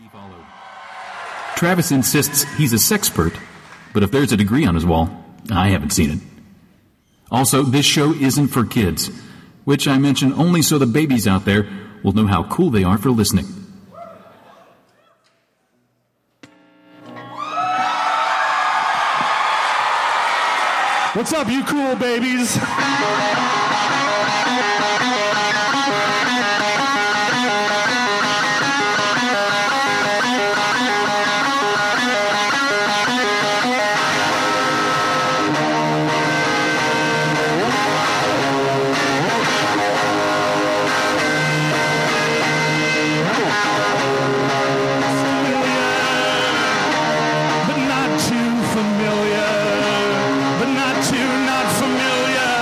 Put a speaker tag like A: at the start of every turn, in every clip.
A: he followed. Travis insists he's a sexpert, but if there's a degree on his wall, I haven't seen it. Also, this show isn't for kids, which I mention only so the babies out there will know how cool they are for listening.
B: What's up, you cool babies? but not too familiar. But not too not familiar.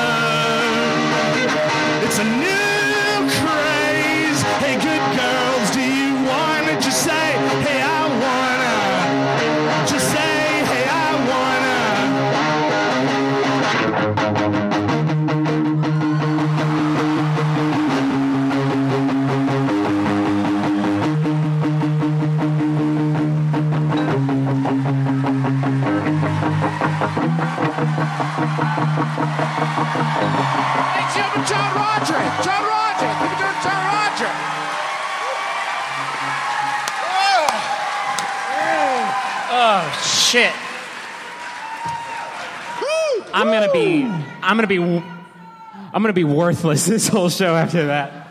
B: It's a new craze. Hey, good girls, do you want it? Just say, hey, I wanna. Just say, hey, I wanna.
C: Ladies and gentlemen, John Roger. John Roger. Give it to John Roger.
D: Oh shit. I'm gonna be. I'm gonna be. I'm gonna be worthless this whole show after that.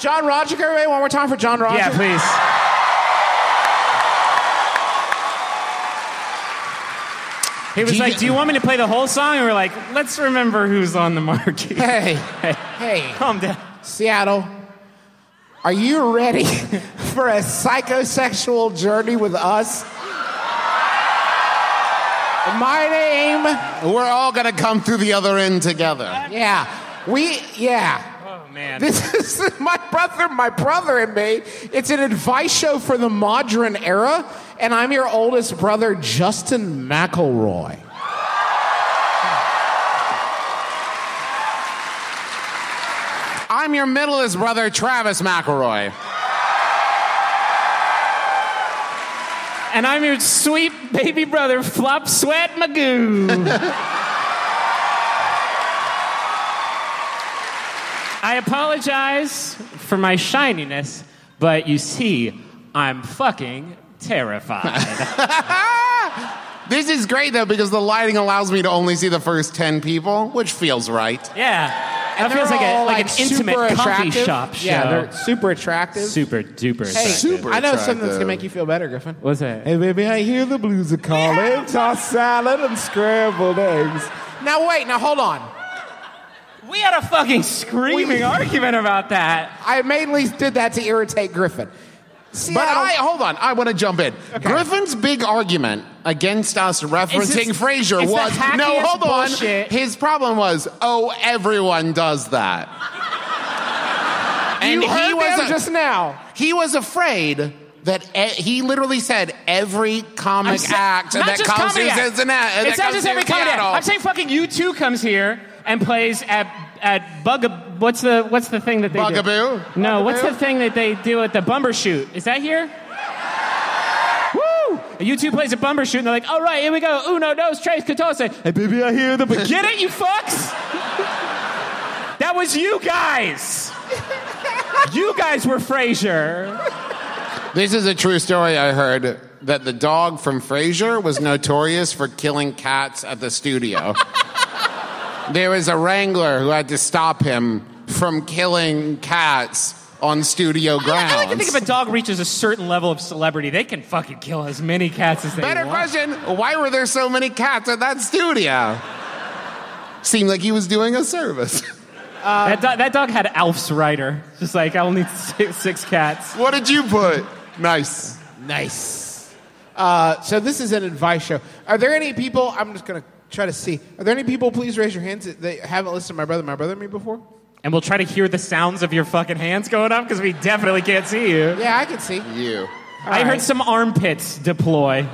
C: John Roger, can everybody one more time for John Roger?
D: Yeah, please. He was
C: Do you-
D: like, "Do you want me to play the whole song?" And we're like, "Let's remember who's on the marquee."
C: Hey, hey,
D: Calm down.
C: Seattle, are you ready for a psychosexual journey with us? My name,
E: We're all gonna come through the other end together.
C: yeah, we, yeah.
D: Oh man.
C: This is my brother, my brother and me. It's an advice show for the modern era, and I'm your oldest brother, Justin McElroy.
E: I'm your middleest brother, Travis McElroy.
D: and I'm your sweet baby brother, Flop Sweat Magoo. I apologize for my shininess, but you see, I'm fucking terrified.
E: This is great though because the lighting allows me to only see the first ten people, which feels right.
D: yeah.
C: And
D: that feels
C: they're
D: like, a,
C: all,
D: like, an intimate
C: super
D: coffee
C: attractive.
D: shop show.
C: Yeah, they're super attractive.
D: super duper.
C: Hey,
D: attractive.
E: super
C: I know something that's
E: attractive.
C: gonna make you feel better, Griffin.
D: What's that?
C: baby, I hear the blues are calling. Toss salad and scrambled eggs. Now wait, now hold on.
D: we had a fucking screaming argument about that.
C: I mainly did that to irritate Griffin. See,
E: But I hold on, I want to jump in. Griffin's big argument against us referencing
D: It's just-
E: Frasier
D: it's the
E: was no,
D: hackiest
E: hold on.
D: bullshit.
E: His problem was, oh, everyone does that. and
C: you heard
E: he was
C: them
E: a-
C: just now.
E: he was afraid that e- he literally said every
D: I'm
E: comic
D: sa-
E: act
D: not
E: that
D: just
E: comes
D: comedy
E: to
D: act.
E: Cincinnati.
D: It's
E: that
D: not
E: comes
D: just
E: to
D: every comedy act.
E: Seattle.
D: I'm saying fucking U2 comes here and plays at at Bug. What's the what's the thing that they
E: Bugaboo?
D: do? No, what's the thing that they do at the bumper shoot? Is that here? Woo! U2 plays a bumper shoot and they're like, all right, here we go. Uno, dos, tres, catorce. Hey, baby, I hear the. Get it, you fucks! that was you guys! you guys were Frasier.
E: This is a true story I heard that the dog from Frasier was notorious for killing cats at the studio. there was a wrangler who had to stop him from killing cats on studio grounds.
D: I like to think if a dog reaches a certain level of celebrity, they can fucking kill as many cats as they
E: Better
D: want.
E: question, why were there so many cats at that studio? Seemed like he was doing a service.
D: that, do- that dog had Alf's rider. Just like, I will need six, six cats.
E: what did you put? Nice.
C: Nice. Uh, so this is an advice show. Are there any people? I'm just gonna try to see. Are there any people? Please raise your hands that that haven't listened to my brother, my brother, and me before.
D: And we'll try to hear the sounds of your fucking hands going up because we definitely can't see you.
C: Yeah, I can see.
E: You.
D: I heard some armpits deploy.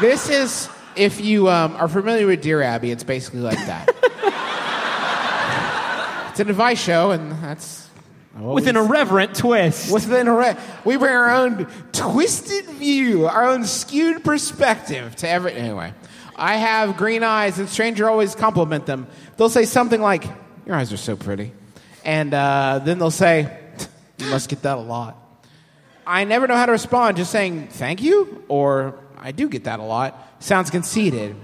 C: This is if you um, are familiar with Dear Abby, it's basically like that. it's an advice show, and that's
F: with an irreverent twist.
B: Within a ra- we bring our own twisted view, our own skewed perspective to every. Anyway, I have green eyes, and stranger always compliment them. They'll say something like, "Your eyes are so pretty," and uh, then they'll say, "You must get that a lot." I never know how to respond. Just saying thank you or I do get that a lot sounds conceited.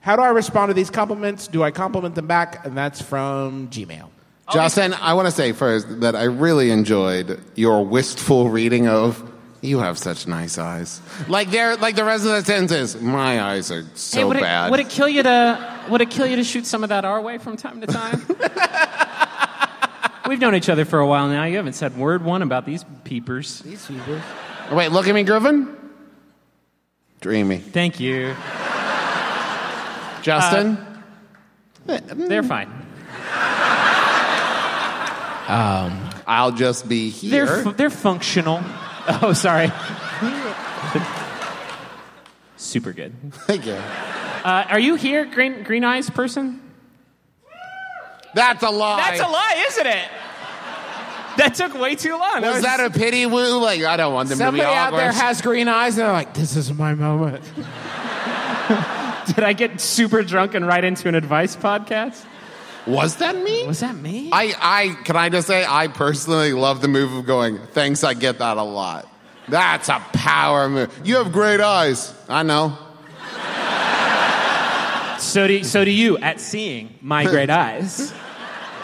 B: How do I respond to these compliments? Do I compliment them back? And that's from Gmail.
E: Justin, I want to say first that I really enjoyed your wistful reading of "You have such nice eyes." Like there, like the rest of the sentence is, "My eyes are so
D: would,
E: bad."
D: It, would it kill you to would it kill you to shoot some of that our way from time to time? We've known each other for a while now. You haven't said word one about these peepers.
E: Oh, Wait, look at me, Griffin. Dreamy,
D: Thank you.
E: Justin.
D: They're fine.
E: I'll just be here.
D: They're fu- they're functional. Oh, sorry. Super good.
E: Thank you.
D: Uh, are you here, green green eyes person?
E: That's a lie.
D: That's a lie, isn't it? That took way too long.
E: Was that a pity woo? Like I don't want them
B: Somebody
E: to be
B: out
E: awkward.
B: there has green eyes, and they're like, "This is my moment."
D: Did I get super drunk and right into an advice podcast?
E: Was that me?
D: Was that me?
E: I, I can I just say I personally love the move of going. Thanks, I get that a lot. That's a power move. You have great eyes. I know.
D: So do so do you at seeing my great eyes.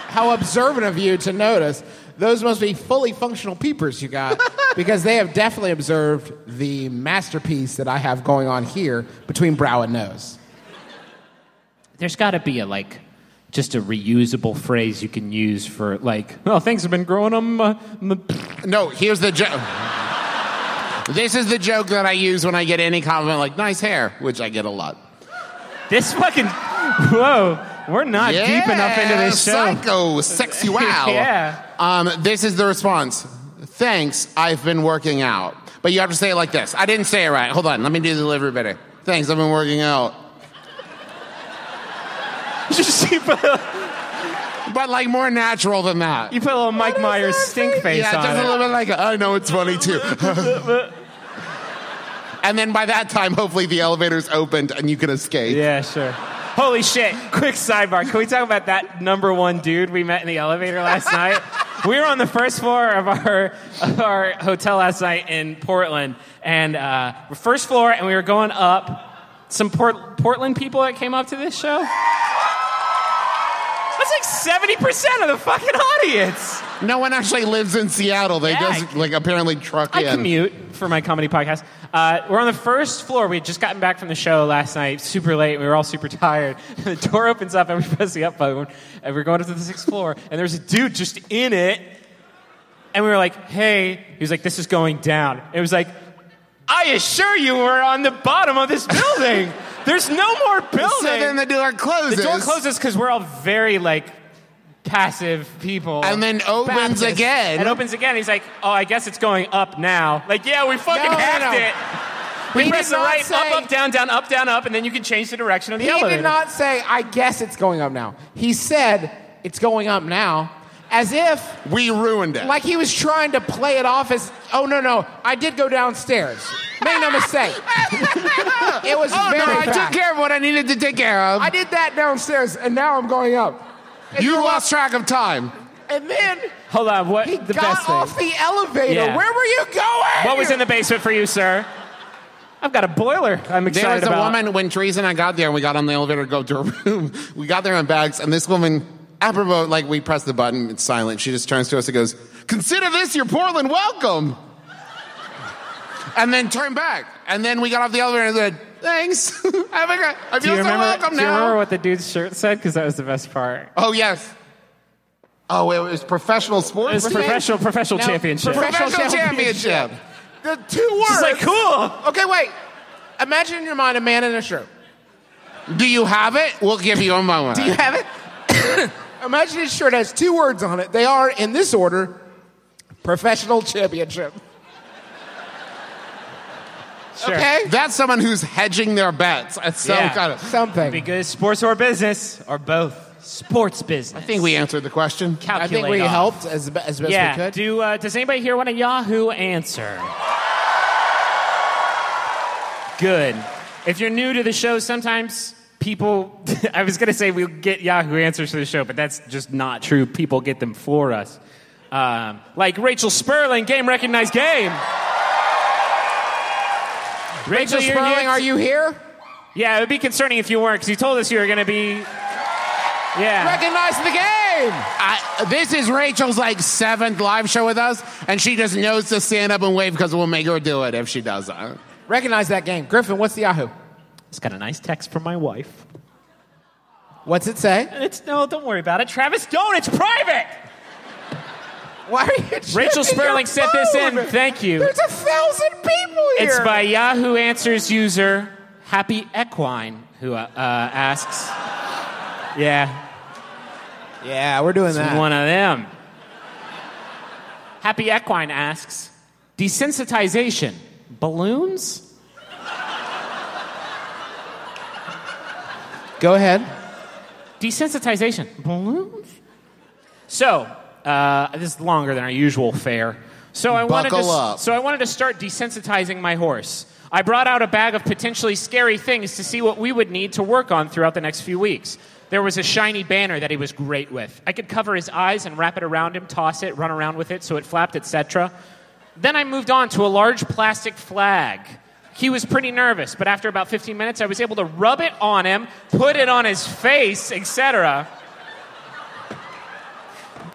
B: How observant of you to notice. Those must be fully functional peepers you got because they have definitely observed the masterpiece that I have going on here between brow and nose.
D: There's got to be a like just a reusable phrase you can use for like oh things have been growing on my, my
E: No, here's the joke. this is the joke that I use when I get any compliment like nice hair, which I get a lot.
D: this fucking whoa we're not
E: yeah,
D: deep enough into this show
E: Psycho sexual.
D: Yeah.
E: Um, this is the response. Thanks, I've been working out. But you have to say it like this. I didn't say it right. Hold on, let me do the delivery better. Thanks, I've been working out.
D: you put a,
E: But like more natural than that.
D: you put a little Mike Myers stink face
E: yeah,
D: on
E: just
D: it.
E: a little bit like I know it's funny too. and then by that time, hopefully the elevator's opened and you can escape.
D: Yeah, sure. Holy shit. Quick sidebar. Can we talk about that number one dude we met in the elevator last night? We were on the first floor of our, of our hotel last night in Portland, and uh, first floor, and we were going up. Some Port- Portland people that came up to this show. That's like 70% of the fucking audience.
E: No one actually lives in Seattle. They
D: Yeah.
E: just like apparently truck
D: I
E: in.
D: commute for my comedy podcast. Uh, we're on the first floor. We had just gotten back from the show last night, super late. We were all super tired. the door opens up, and we press the up button, and we're going up to the sixth floor, and there's a dude just in it. And we were like, "Hey," he was like, "This is going down." It was like, "I assure you, we're on the bottom of this building. there's no more building."
E: So then the door
D: The
E: closes.
D: door closes because we're all very like passive people.
E: And then opens
D: Baptists.
E: again.
D: And opens again. He's like, oh, I guess it's going up now. Like, yeah, we fucking
B: No, no,
D: hacked
B: no.
D: it. We
B: He
D: press
B: did
D: the
B: not
D: right,
B: say-
D: up, up, down, down, up, down, up, and then you can change the direction of the
B: He
D: elevator.
B: did not say, I guess it's going up now. He said, it's going up now, as if,
E: We ruined it.
B: like he was trying to play it off as, oh, no, no, I did go downstairs. Make no mistake. it was
E: oh
B: very
E: no, I
B: fast.
E: took care of what I needed to take care of.
B: I did that downstairs, and now I'm going up. And
E: you
B: then-
E: lost track of time.
B: And then
D: Hold on, what
B: he
D: the best
B: got
D: thing?
B: off the elevator.
D: Yeah.
B: Where were you going?
D: what was in the basement for you, sir? I've got a boiler. I'm excited
E: There was a
D: about.
E: woman when Teresa and I got there and we got on the elevator to go to her room. We got there on bags, and this woman, apropos, like we press the button, it's silent. She just turns to us and goes, Consider this your Portland welcome. And then turn back. And then we got off the elevator and said, Thanks. Have a good, I feel
D: Do you
E: so
D: remember?
E: welcome
D: do you
E: now.
D: remember what the dude's shirt said? Because that was the best part.
E: oh, yes. Oh, it was professional sports.
D: It was
E: team?
D: professional, professional
B: Now,
D: championship.
B: profe-
E: professional,
B: Professional
E: championship.
B: The two words.
D: It's like cool.
B: okay, wait. Imagine in your mind a man in a shirt.
E: Do you have it? We'll give you a moment.
B: Do you have it? Imagine his shirt has two words on it. They are, in this order, professional championship.
D: Sure.
B: Okay?
E: That's someone who's hedging their bets at some
D: Yeah.
E: kind of.
B: Something.
D: Be good, sports or business or both. sports business.
E: I think we answered the question.
B: I think we
D: off.
B: helped as, be- as best
D: Yeah.
B: we could.
D: Do uh, does anybody here want a Yahoo answer? Good. If you're new to the show, sometimes people. I was gonna say we get Yahoo answers to the show, but that's just not true. People get them for us. Um, like Rachel Sperling, game recognized game.
B: Rachel
D: you're-
B: Sperling, are you here?
D: Yeah, it would be concerning if you weren't, because you told us you were gonna be. Yeah.
E: Recognize the game. I, this is Rachel's like seventh live show with us, and she just knows to stand up and wave because we'll make her do it if she doesn't.
B: Recognize that game. Griffin, what's the Yahoo?
D: It's got a nice text from my wife.
B: What's it say?
D: It's no, don't worry about it, Travis. Don't. It's private.
B: Why are you checking
D: Rachel Sperling
B: your
D: sent this in.
B: phone?
D: Thank you.
B: There's a thousand people here.
D: It's by Yahoo Answers user Happy Equine who uh, uh, asks. Yeah,
B: Yeah, we're doing
D: it's
B: that.
D: one of them. Happy Equine asks, desensitization balloons?
B: Go ahead.
D: Desensitization balloons? So uh, this is longer than our usual fare. So I wanted
E: Buckle
D: to,
E: up.
D: so I wanted to start desensitizing my horse. I brought out a bag of potentially scary things to see what we would need to work on throughout the next few weeks. There was a shiny banner that he was great with. I could cover his eyes and wrap it around him, toss it, run around with it so it flapped, etc. Then I moved on to a large plastic flag. He was pretty nervous, but after about 15 minutes I was able to rub it on him, put it on his face, etc.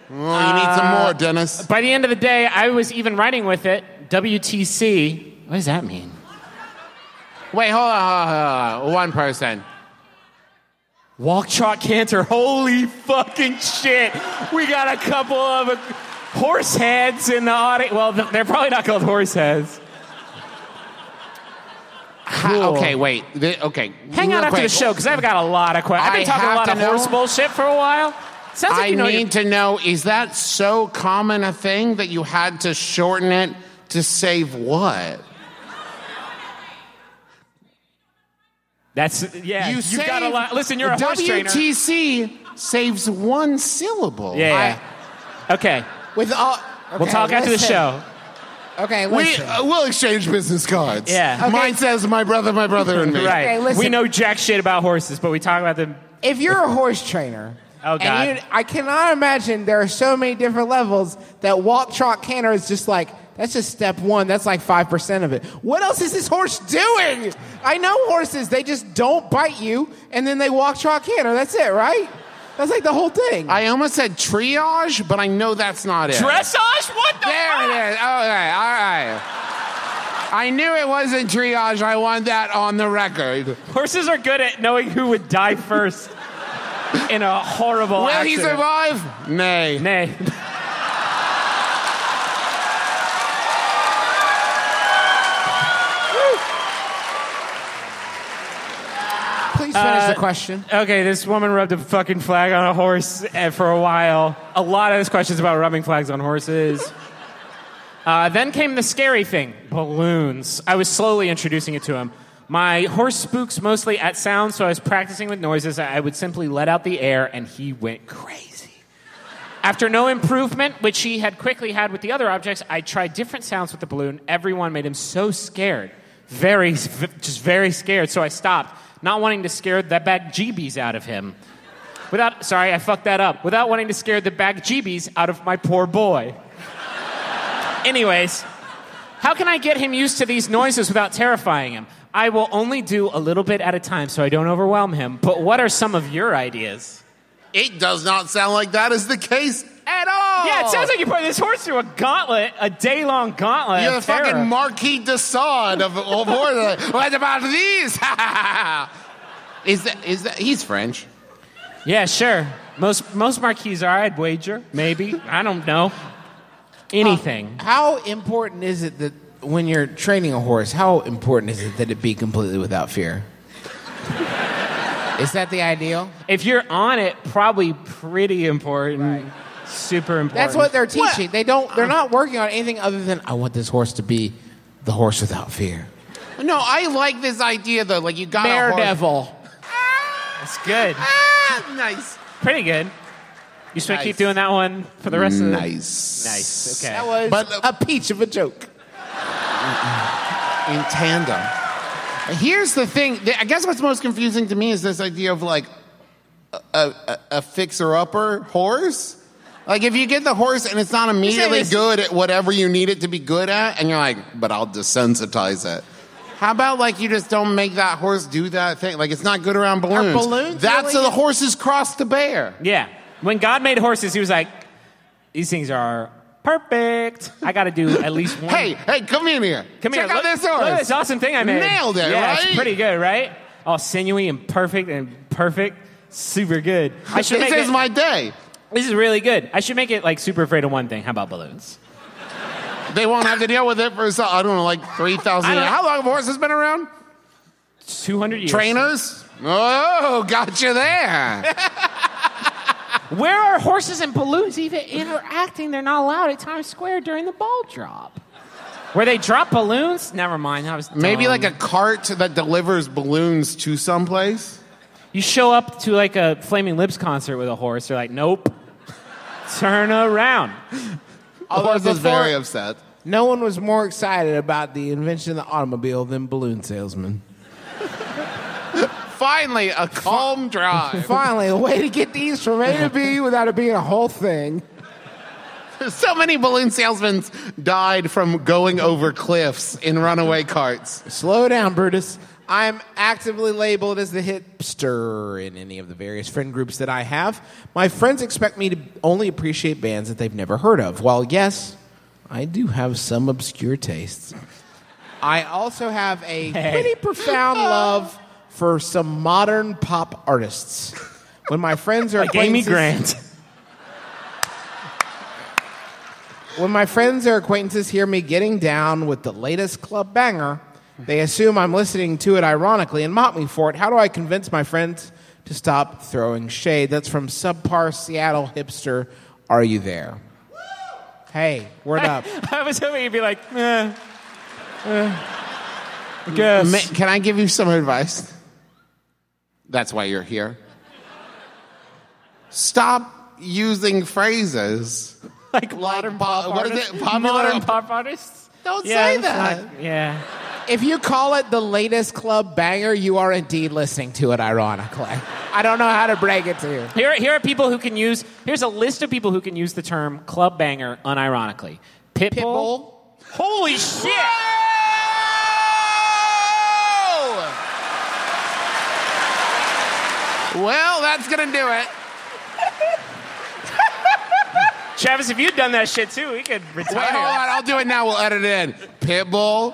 E: Well, you need some more, Dennis.
D: By the end of the day, I was even writing with it. WTC. What does that mean?
E: Wait, hold on, hold on, hold on. One person.
D: Walk, trot, canter. Holy fucking shit. We got a couple of uh, horse heads in the audience. Well, th- they're probably not called horse heads.
E: Ha-
D: Cool.
E: okay, wait. Th- okay.
D: Hang
E: real
D: on after
E: quick.
D: the show because I've got a lot of questions. I've
E: I
D: been talking a
E: have
D: lot
E: to
D: of
E: know-
D: horse bullshit for a while. Sounds like
E: I
D: you know your-
E: need to know is that so common a thing that you had to shorten it to save what?
D: That's yeah.
E: you
D: You,
E: save,
D: got a lot. Listen, you're a horse trainer.
E: WTC saves one syllable.
D: Yeah. Okay.
B: With all.
D: We'll
B: okay,
D: talk after the
B: listen.
D: show.
B: Okay,
E: I- we
B: listen.
E: uh, we'll exchange business cards.
D: Yeah. Okay.
E: Mine says my brother, my brother, and me.
D: Right.
B: Okay, listen.
D: we know jack shit about horses, but we talk about them
B: if you're a horse trainer,
D: Oh, God.
B: and you, I cannot imagine there are so many different levels that walk, trot, canter is just like that's just step one. That's like five percent of it. What else is this horse doing? I know horses; they just don't bite you, and then they walk, trot, canter. That's it, right? That's like the whole thing.
E: I almost said triage, but I know that's not it.
D: Dressage? What the
E: there
D: fuck?
E: it is. Okay, all right. I knew it wasn't triage. I want that on the record.
D: Horses are good at knowing who would die first in a horrible
E: Will he
D: accident.
E: survive? Nay.
D: Nay.
B: Please finish
D: Uh,
B: the question.
D: Okay, this woman rubbed a fucking flag on a horse eh, for a while. A lot of this question's about rubbing flags on horses. Uh, then came the scary thing balloons. I was slowly introducing it to him. My horse spooks mostly at sound, so I was practicing with noises. I would simply let out the air, and he went crazy. After no improvement, which he had quickly had with the other objects, I tried different sounds with the balloon. Everyone made him so scared, very, v- just very scared. So I stopped, not wanting to scare the bag GBs out of him. Without, sorry, I fucked that up. Without wanting to scare the bag GBs out of my poor boy. Anyways, how can I get him used to these noises without terrifying him? I will only do a little bit at a time so I don't overwhelm him. But what are some of your ideas?
E: It does not sound like that is the case at all.
D: Yeah, it sounds like you put this horse through a gauntlet, a day long gauntlet.
E: You're the
D: of terror.
E: fucking Marquis de Sade of of Order. What about these? is that is that he's French?
D: yeah, sure. Most most marquees are. I'd wager. Maybe I don't know anything.
B: How important is it that when you're training a horse, how important is it that it be completely without fear? is that the ideal?
D: if you're on it, probably pretty important. Super important.
B: That's what they're teaching. They don't.
E: uh,
B: They're not working on anything other than I want this horse to be the horse without fear.
E: No, I like this idea though. Like you got a horse-
B: Daredevil.
D: That's good.
E: Ah, nice.
D: pretty good. You should
E: Nice.
D: keep doing that one for the rest of the
E: Nice.
D: Nice. Okay.
B: That was
E: But-
B: a peach of a joke.
E: in tandem. Here's the thing. th- I guess what's most confusing to me is this idea of like a, a, a fixer-upper horse. Like if you get the horse and it's not immediately
B: this-
E: good at whatever you need it to be good at, and you're like, but I'll desensitize it. How about like you just don't make that horse do that thing? Like it's not good around balloons.
B: balloons
E: That's
B: really-
E: the horses cross the bear.
D: Yeah. When God made horses, he was like, these things are perfect. I got to do at least one.
E: Hey, hey, come in here.
D: Come
E: Check
D: here.
E: out
D: look,
E: this
D: look
E: horse.
D: at this awesome thing I made.
E: Nailed it,
D: yeah,
E: right?
D: It's pretty good, right? All sinewy and perfect and perfect. Super good. I should
E: this
D: make
E: is
D: it,
E: my day.
D: This is really good. I should make it like super afraid of one thing. How about balloons?
E: They won't have to deal with it for so- I don't know, like three thousand.
D: I don't-
E: years. How long have horses been around?
D: Two hundred years.
E: Trainers? Oh, got you there.
D: Where are horses and balloons even interacting? They're not allowed at Times Square during the ball drop. Where they drop balloons? Never mind. I was dumb.
E: Maybe like a cart that delivers balloons to someplace.
D: You show up to like a Flaming Lips concert with a horse. They're like, nope. Turn around.
E: The horse is
B: before-
E: very upset.
B: No one was more excited about the invention of the automobile than balloon salesmen.
E: Finally, a calm drive.
B: Finally, a way to get these from A to B without it being a whole thing.
E: so many balloon salesmen died from going over cliffs in runaway carts.
B: Slow down, Brutus. I'm actively labeled as the hipster in any of the various friend groups that I have. My friends expect me to only appreciate bands that they've never heard of. While, yes, I do have some obscure tastes, I also have a pretty profound love for some modern pop artists. When my friends are
D: Amy
B: acquaintances,
D: Grant.
B: When my friends or acquaintances hear me getting down with the latest club banger, they assume I'm listening to it ironically and mock me for it. How do I convince my friends to stop throwing shade? That's from subpar Seattle hipster. Are you there? Hey, word up.
D: I was hoping you'd be like, eh. eh, I guess.
E: Ma- Can I give you some advice? That's why you're here. Stop using phrases
D: like
E: like pop, what is it?
D: modern
E: Popular
D: pop artists?
E: Don't
D: Yeah,
E: say
D: that's
E: that.
D: not- yeah.
B: If you call it the latest club banger, you are indeed listening to it ironically. I don't know how to break it to you.
D: Here, are- here are people who can use. Here's a list of people who can use the term club banger unironically. Pitbull.
B: Pitbull?
D: Holy shit!
E: Well, that's gonna do it.
D: Travis, if you'd done that shit too, we could retire.
E: Wait, hold on. I'll do it now. We'll edit it in. Pitbull.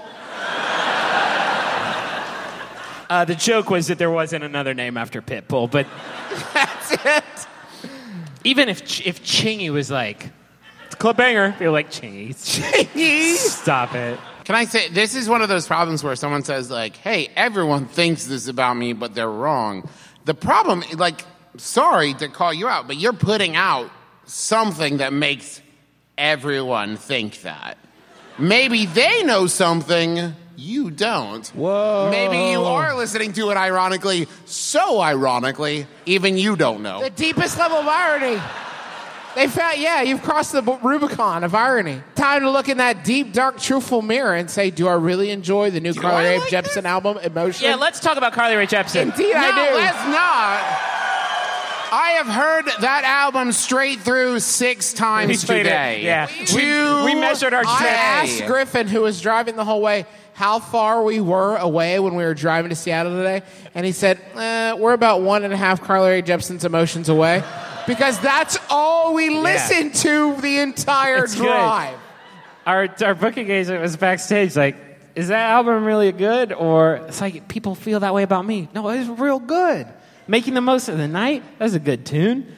D: Uh, the joke was that there wasn't another name after Pitbull, but
B: That's it.
D: even if Ch- if Chingy was like "It's a club banger, people are like Chingy.
B: Jeez.
D: Stop it.
E: Can I say this is one of those problems where someone says like, "Hey, everyone thinks this about me, but they're wrong." The problem, like, sorry to call you out, but you're putting out something that makes everyone think that. Maybe they know something you don't. Whoa. Maybe you are listening to it ironically, so ironically, even you don't know.
B: The deepest level of irony. They found, yeah, you've crossed the Rubicon of irony. Time to look in that deep, dark, truthful mirror and say, do I really enjoy the new Carly
E: I
B: Rae
E: like
B: Jepsen
E: this?
B: album, Emotion?
D: Yeah, let's talk about Carly Rae Jepsen.
B: Indeed,
E: no,
B: I do.
E: let's not. I have heard that album straight through six
D: We
E: times
D: played it,
E: today.
D: yeah.
E: Two
D: We- we measured our
E: I
B: I
D: Hey.
B: asked
E: asked Gr-
B: Griffin, who was driving the whole way, how far we were away when we were driving to Seattle today, and he said, eh, "We're about one and a half Carly Rae Jepsen's emotions away," because that's all we listened to the entire
D: It's good.
B: drive.
D: Our our booking agent was backstage, like, is that album really good? Or it's like people feel that way about me. No, it was real good. Making the most of the night. That was a good tune.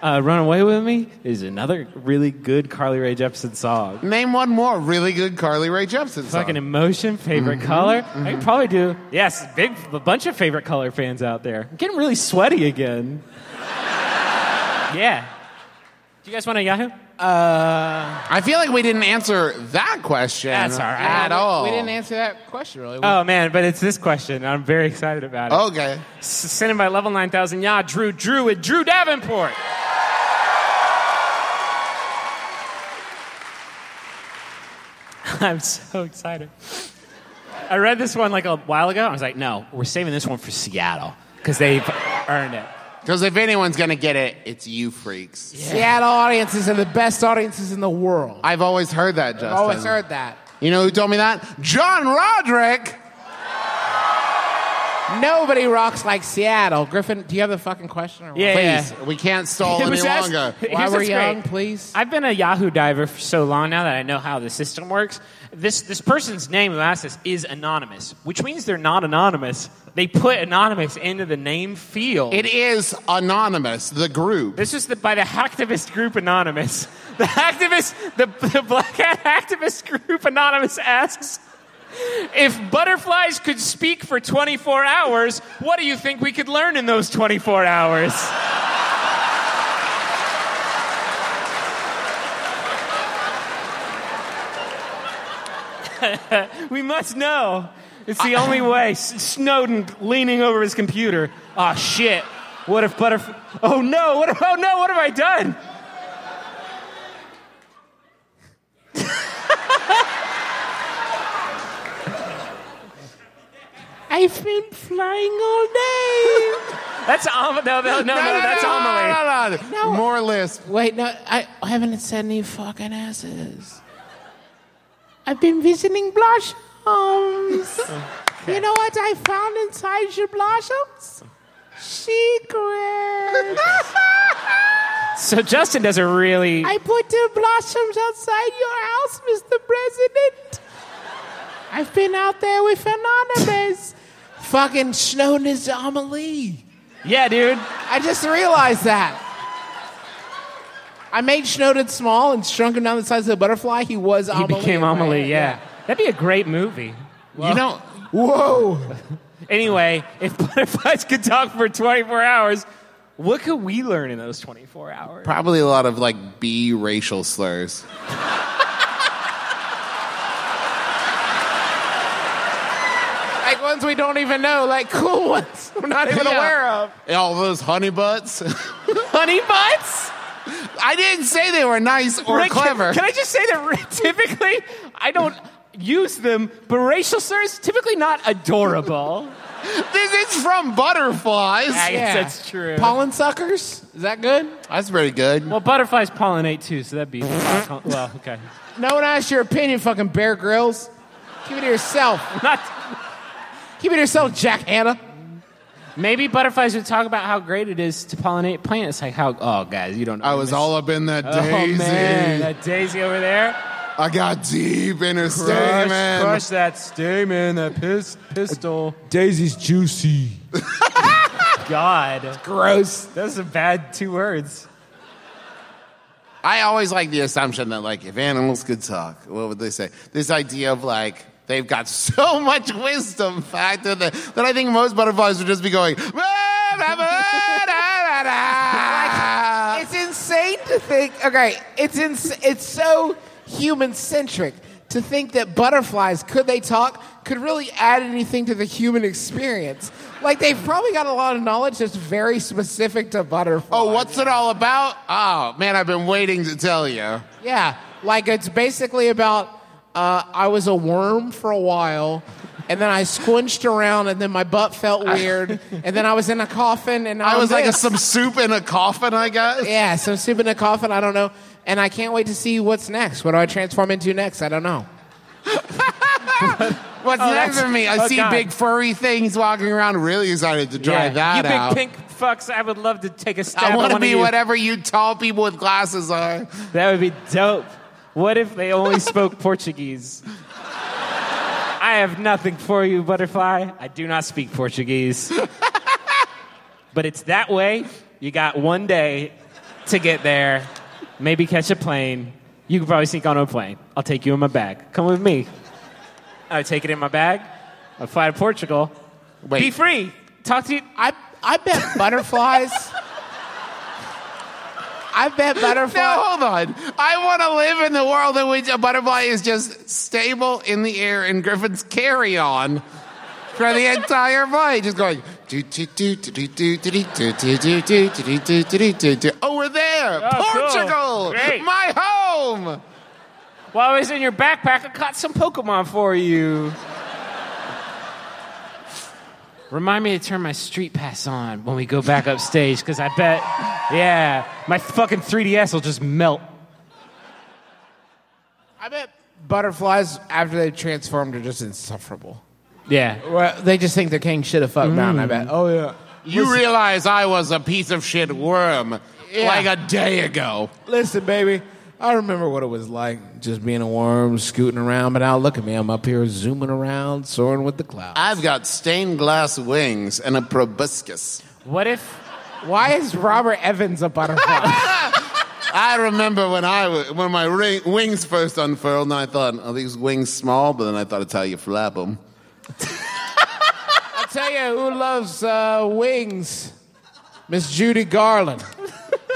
D: Uh, Run away with me is another really good Carly Rae Jepsen song.
E: Name one more really good Carly Rae Jepsen song.
D: Fucking emotion, favorite color. I could probably do yes, big a bunch of favorite color fans out there. I'm getting really sweaty again. yeah. Do you guys want a Yahoo?
E: I feel like we didn't answer that question
D: That's all right.
E: at all.
B: We didn't answer that question really.
D: Oh man, but it's this question. I'm very excited about it.
E: Okay.
D: S- sent in by level 9000 yeah drew drew and drew davenport i'm so excited i read this one like a while ago i was like no we're saving this one for seattle because they've earned it
E: Because if anyone's going to get it, it's you freaks.
B: Seattle audiences are the best audiences in the world.
E: I've always heard that, Justin.
B: I've always heard that.
E: You know who told me that? John Roderick.
B: Nobody rocks like Seattle. Griffin, do you have the fucking question? Or what?
D: Yeah, yeah.
E: Please, we can't stall
D: It
E: any
D: was asked-
E: longer.
D: Here's
B: Why we're
D: what's great.
B: young, please.
D: I've been a Yahoo diver for so long now that I know how the system works. This this person's name who asked this is anonymous, which means they're not anonymous. They put anonymous into the name field.
E: It is anonymous, the group.
D: This was the, by the hacktivist group Anonymous. The hacktivist, the, the black hat hacktivist group Anonymous asks, if butterflies could speak for 24 hours, what do you think we could learn in those 24 hours? we must know. It's the only way. S- Snowden leaning over his computer. Ah, shit. What if butterfly? Oh no! What? If, oh no! What have I done?
B: I've been flying all day.
D: That's Am- no, no, no, no, that's Amelie.
E: no, no, no. More lisp.
B: Wait, no, I haven't said any fucking asses. I've been visiting blossoms. You know what I found inside your blossoms? Secrets.
D: So Justin does a really.
B: I put the blossoms outside your house, Mr. President. I've been out there with anonymous. fucking Snowden is Amelie.
D: yeah, dude.
B: I just realized that. I made Snowden small and shrunk him down the size of a butterfly. He was
D: He
B: Amelie.
D: became Amelie. Yeah. that'd be a great movie.
E: You know,
B: Whoa.
D: Anyway, if butterflies could talk for 24 hours, what could we learn in those 24 hours?
E: probably a lot of like B racial slurs.
B: Like ones we don't even know, like cool ones we're not even
E: Yeah.
B: aware of.
E: All those honey butts.
D: Honey butts.
E: I didn't say they were nice or
D: Rick, can-
E: clever.
D: Can, I just say that Rick, typically I don't use them, but racial slurs typically not adorable.
E: this is from butterflies.
D: I guess that's true.
B: Pollen suckers? Is that good?
E: That's pretty good.
D: well, butterflies pollinate too, so that'd be well, okay.
B: No one asked your opinion, fucking Bear Grylls. Keep it to yourself.
D: Not
B: Keep it to yourself, Jack Hanna.
D: maybe butterflies would talk about how great it is to pollinate plants, like how oh guys, you don't. know.
E: I was all up in that
D: oh
E: daisy.
D: man, that daisy over there.
E: I got deep in her
D: Crush,
E: stamen.
D: crush that stamen, that pis- pistol.
B: Daisy's juicy.
D: God,
B: Gross.
D: those are bad two words.
E: I always like the assumption that like if animals could talk, what would they say? This idea of like they've got so much wisdom factor that, that I think most butterflies would just be going. "Bah, bah, bah, da, da, da."
B: It's insane to think. Okay, it's ins- it's so human centric to think that butterflies, could they talk, could really add anything to the human experience. Like they've probably got a lot of knowledge that's very specific to butterflies.
E: oh, what's it all about? Oh man, I've been waiting to tell you.
B: Yeah, like it's basically about uh, I was a worm for a while, and then I squinched around, and then my butt felt weird, and then I was in a coffin, and
E: I was like a,
B: this.
E: some soup in a coffin, I guess.
B: yeah, some soup in a coffin. I don't know, and I can't wait to see what's next. What do I transform into next? I don't know.
E: What's next
D: that's-
E: for me? I
D: oh,
E: see
D: God.
E: big furry things walking around. Really excited to try that
D: you big
E: out.
D: pink fucks, I would love to take a stab.
E: I want
D: at
E: to
D: one
E: be
D: of you.
E: whatever you tall people with glasses are.
D: That would be dope. What if they only spoke Portuguese? I have nothing for you, butterfly. I do not speak Portuguese. but it's that way. You got one day to get there, maybe catch a plane. You could probably sneak on a plane. I'll take you in my bag. Come with me. I take it in my bag. I fly to Portugal.
E: Wait,
D: Be free. Talk to you.
B: I I bet butterflies.
E: I bet butterfly.
B: No, hold on. I want to live in the world in which a butterfly is just stable in the air in Griffin's carry on for the entire flight, just going. do, do, do, do, do, do, do, do, do, do, do, do, do, do, do, do, do, do. Oh, we're there!
D: cool.
B: Portugal!
D: Great.
B: My home!
D: While I was in your backpack, I caught some Pokemon for you. Remind me to turn my street pass on when we go back upstage, because I bet, yeah, my fucking 3DS will just melt.
E: I bet butterflies after they transformed are just insufferable.
D: Yeah.
E: Well, they just think they're king shit a fuck mountain. I bet. Oh yeah.
B: Mm. You realize I was a piece of shit worm like a day ago.
E: Listen, baby. I remember what it was like just being a worm, scooting around, but now look at me. I'm up here zooming around, soaring with the clouds.
B: I've got stained glass wings and a proboscis.
D: What if
E: Why is Robert Evans a butterfly?
B: I remember when I wa- when my ring, wings first unfurled, and I thought, "Are these wings small?" But then I thought, "It's how you flap them."
E: I'll tell you who loves uh, wings Miss Judy Garland.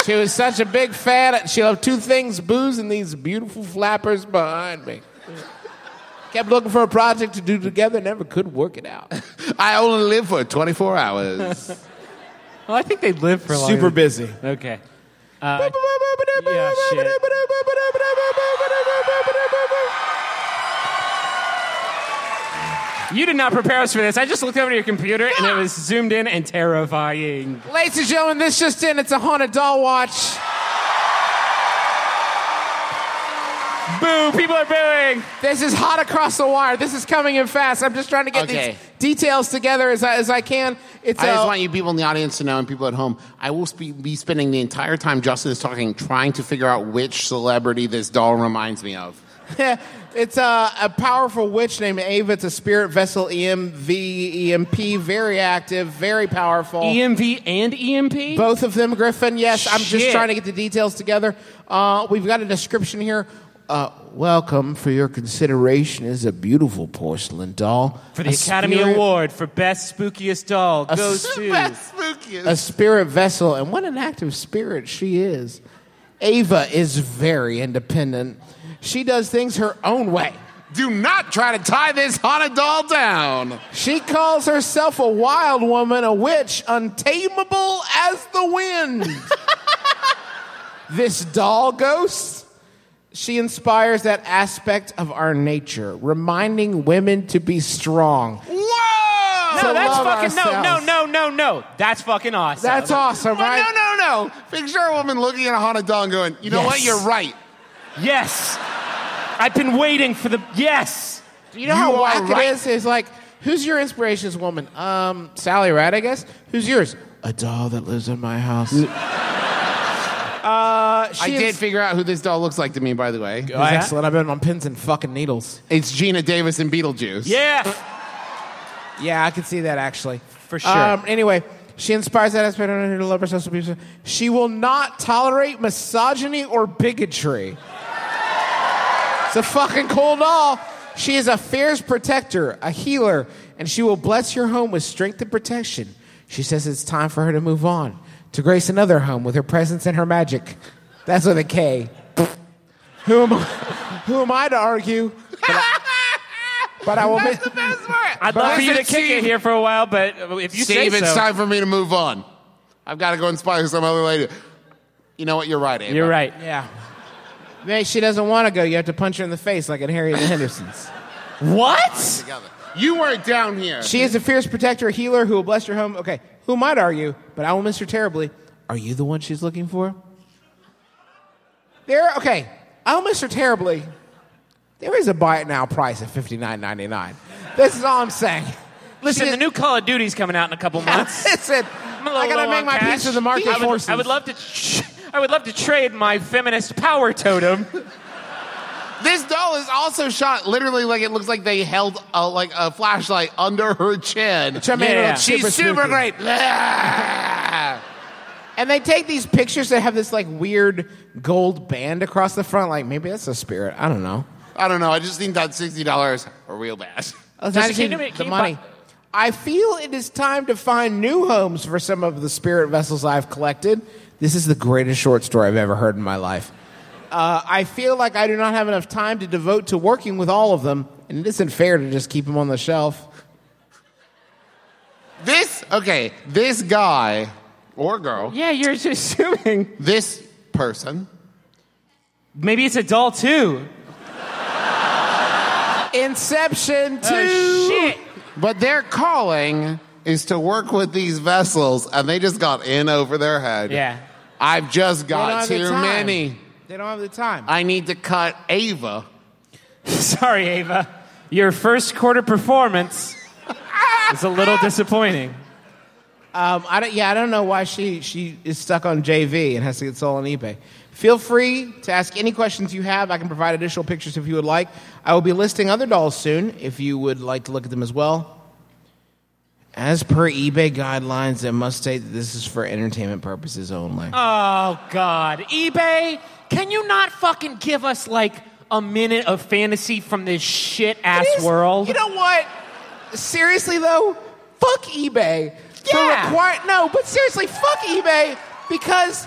E: She was such a big fan. She loved two things booze and these beautiful flappers behind me. Kept looking for a project to do together, never could work it out.
B: I only live for 24 hours.
D: Well, I think they live for longer.
E: Super busy.
D: Okay. Uh,
E: Yeah,
D: shit. you did not prepare us for this. I just looked over to your computer and it was zoomed in and terrifying.
E: Ladies and gentlemen, this just in. It's a haunted doll watch.
D: Boo! People are booing.
E: This is hot across the wire. This is coming in fast. I'm just trying to get
B: Okay.
E: these details together as I, as I can. It's
B: I
E: uh,
B: just want you people in the audience to know, and people at home, I will spe- be spending the entire time Justin is talking, trying to figure out which celebrity this doll reminds me of.
E: it's uh, a powerful witch named Ava. It's a spirit vessel, E EMV, EMP, E very active, very powerful.
D: EMV E and EMP?
E: Both of them, Griffin. Yes, I'm just
D: Shit.
E: trying to get the details together. Uh, we've got a description here. Uh, welcome for your consideration is a beautiful porcelain doll
D: for the
E: A
D: Academy
E: spirit-
D: Award for Best Spookiest Doll
E: A
D: goes
E: s-
D: to.
B: That's spooky.
E: a spirit vessel, and what an active spirit she is. Ava is very independent. She does things her own way.
B: Do not try to tie this haunted doll down.
E: She calls herself a wild woman, a witch, untamable as the wind. this doll ghost, she inspires that aspect of our nature, reminding women to be strong.
B: Whoa!
E: To
D: No, that's
E: love
D: fucking no, no,
E: ourselves.
D: no, no, no. That's fucking awesome.
E: That's awesome,
B: Well,
E: right?
B: Oh, No, no, no. Picture a woman looking at a haunted doll and going, you know
E: Yes.
B: what? You're right.
D: Yes. I've been waiting for the yes.
E: You know
B: You
E: how
B: are
E: whack
B: right.
E: it is? It's like, who's your inspirations woman? Um, Sally Ride, I guess. Who's yours? A doll that lives in my house. uh,
D: Uh,
E: she
B: I did
E: ins-
B: figure out who this doll looks like to me, by the way.
E: Oh, excellent. I've been on pins and fucking needles.
B: It's Gina Davis in Beetlejuice.
D: Yeah.
E: Yeah, I can see that actually.
D: For sure.
E: Um, anyway, she inspires that aspect of her to love herself. so be- She will not tolerate misogyny or bigotry. it's a fucking cool doll. She is a fierce protector, a healer, and she will bless your home with strength and protection. She says it's time for her to move on, to grace another home with her presence and her magic. That's with a K. Who am I, who am I to argue? But I, but I will
B: That's
E: mi-
B: the best part.
D: I'd love for you to
B: Listen,
D: kick it
B: Steve.
D: here for a while, but if you
B: Steve,
D: say so,
B: it's time for me to move on. I've got to go inspire some other lady. You know what? You're right, Ava.
D: you're right.
E: Yeah. Maybe she doesn't want to go. You have to punch her in the face like at Harriet and Henderson's.
D: What?
B: Together. You weren't down here.
E: She is a fierce protector, healer who will bless your home. Okay, who might argue, but I will miss her terribly. Are you the one she's looking for? There, okay. I'll miss her terribly. There is a buy it now price at fifty nine ninety nine. This is all I'm saying.
D: Listen,
E: She-
D: the new Call of Duty's coming out in a couple months.
E: Listen,
D: I'm a little
E: I gotta
D: low
E: make
D: on
E: my
D: cash.
E: piece of the market
D: I would,
E: forces.
D: I would love to. Tr- I would love to trade my feminist power totem.
B: This doll is also shot literally like it looks like they held a, like a flashlight under her chin.
E: Which I made it
D: Yeah.
E: look
B: She's super,
E: spooky.
B: great. That's
E: And they take these pictures that have this like weird gold band across the front. Like maybe that's a spirit. I don't know.
B: I don't know. I just think that sixty dollars are real bad.
E: I
D: Jesse,
E: was not
D: can you
E: seeing
D: do it? Can
E: the
D: you
E: money.
D: buy-
E: I feel it is time to find new homes for some of the spirit vessels I've collected. This is the greatest short story I've ever heard in my life. Uh, I feel like I do not have enough time to devote to working with all of them, and it isn't fair to just keep them on the shelf.
C: This, okay, this guy or girl,
B: Yeah, you're just assuming.
C: this person,
B: Maybe it's a doll too.
E: Inception
D: Oh,
E: 2!
B: Shit.
C: but their calling is to work with these vessels, and they just got in over their head.
B: Yeah.
C: I've just
E: They don't
C: got
E: have the
C: too
E: time.
C: many.
E: They don't have the time.
C: I need to cut Ava.
B: Sorry, Ava. Your first quarter performance is a little disappointing.
E: Um, I don't, yeah, I don't know why she, she is stuck on JV and has to get sold on eBay. Feel free to ask any questions you have. I can provide additional pictures if you would like. I will be listing other dolls soon if you would like to look at them as well. As per eBay guidelines, I must state that this is for entertainment purposes only.
B: Oh God, eBay! Can you not fucking give us like a minute of fantasy from this shit ass
E: It is-
B: world?
E: You know what? Seriously though, fuck eBay. For
B: Yeah.
E: requir- no, but seriously, fuck eBay because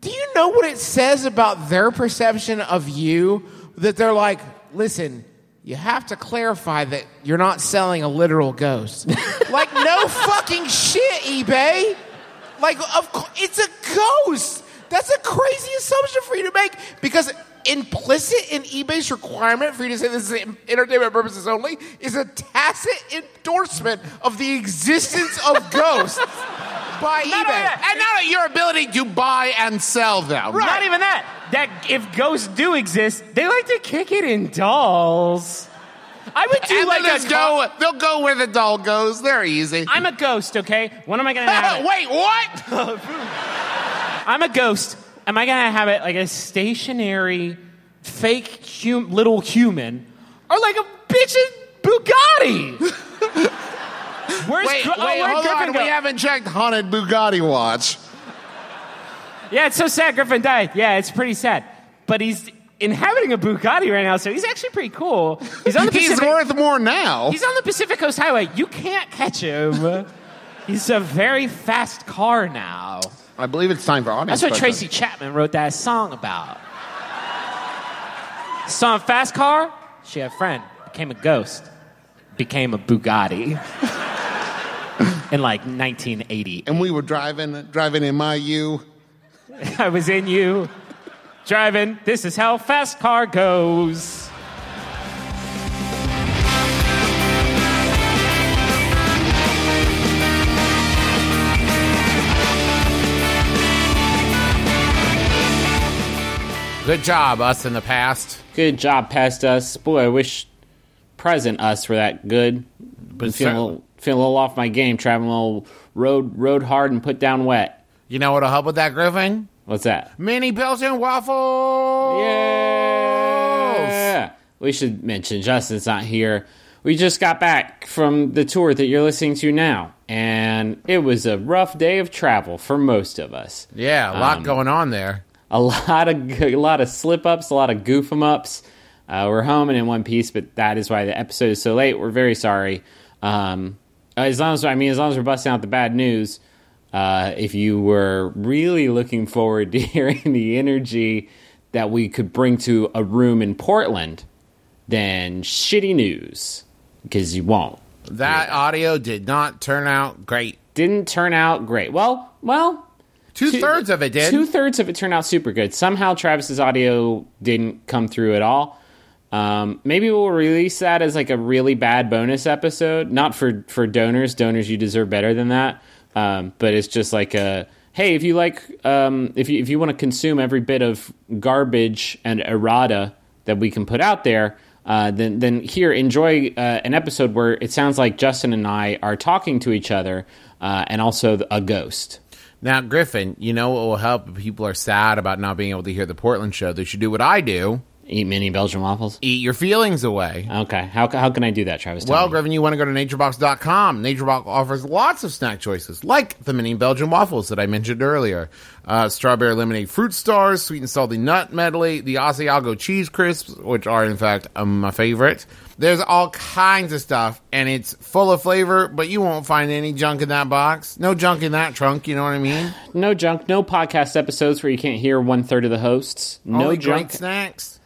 E: do you know what it says about their perception of you that they're like, listen, you have to clarify that you're not selling a literal ghost. like no fucking shit, eBay. Like of course, it's a ghost. That's a crazy assumption for you to make because implicit in eBay's requirement for you to say this is entertainment purposes only is a tacit endorsement of the existence of ghosts by eBay.
C: And not your ability to buy and sell them.
B: Not even that. That if ghosts do exist, they like to kick it in dolls. I would do
C: And
B: like
C: they'll
B: a
C: just
B: co-
C: go, they'll go where the doll goes. They're easy.
B: I'm a ghost, okay? When am I gonna have it?
C: Wait, what?
B: I'm a ghost. Am I gonna have it like a stationary, fake hum- little human, or like a bitch's Bugatti? Where's
C: Wait,
B: Gr- oh,
C: wait,
B: where'd
C: hold
B: Griffin
C: on.
B: go?
C: We haven't checked haunted Bugatti watch.
B: Yeah, it's so sad Griffin died. Yeah, it's pretty sad. But he's inhabiting a Bugatti right now, so he's actually pretty cool. He's on the
C: He's
B: Pacific,
C: worth more now.
B: he's on the Pacific Coast Highway. You can't catch him. he's a very fast car now.
C: I believe it's time for audience.
B: That's what
C: questions.
B: Tracy Chapman wrote that song about. Saw a fast car. She had a friend. Became a ghost. Became a Bugatti. In like 1980.
C: And we were driving, driving in my U.
B: I was in you. Driving. This is how fast car goes.
C: Good job, us in the past.
D: Good job, past us. Boy, I wish present us were that good.
C: But
D: Feeling a little, feeling a little off my game, traveling a little road, road hard and put down wet.
C: you know what'll help with that, Griffin?
D: What's that?
C: Mini built-in waffles.
D: Yeah. We should mention Justin's not here. We just got back from the tour that you're listening to now, and it was a rough day of travel for most of us.
C: Yeah, a lot going on there.
D: a lot of g- a lot of slip ups, a lot of goof 'em ups. Uh, we're home and in one piece, but that is why the episode is so late. We're very sorry. Um, as long as I mean, as long as we're busting out the bad news, uh, if you were really looking forward to hearing the energy that we could bring to a room in Portland, then shitty news because you won't
C: That audio did not turn out great.
D: didn't turn out great. Well, well,
C: Two thirds of it did.
D: Two thirds of it turned out super good. Somehow Travis's audio didn't come through at all. Um, maybe we'll release that as like a really bad bonus episode. Not for for donors. Donors, you deserve better than that. Um, but it's just like a hey, if you like, um, if you if you want to consume every bit of garbage and errata that we can put out there. Uh, then, then here enjoy uh, an episode where it sounds like Justin and I are talking to each other, uh, and also the, a ghost.
C: Now, Griffin, you know what will help if people are sad about not being able to hear the Portland show? They should do what I do
D: Eat mini Belgian waffles.
E: Eat your feelings away.
D: Okay. How, how can I do that, Travis? Tell
E: Well,
D: me.
E: Griffin, you want to go to naturebox.com. Naturebox offers lots of snack choices, like the mini Belgian waffles that I mentioned earlier, uh, strawberry lemonade fruit stars, sweet and salty nut medley, the Asiago cheese crisps, which are, in fact, um, my favorite. There's all kinds of stuff, and it's full of flavor, but you won't find any junk in that box. No junk in that trunk, you know what I mean?
D: no junk, no podcast episodes where you can't hear one third of the hosts. No
E: Only
D: junk.
E: great snacks.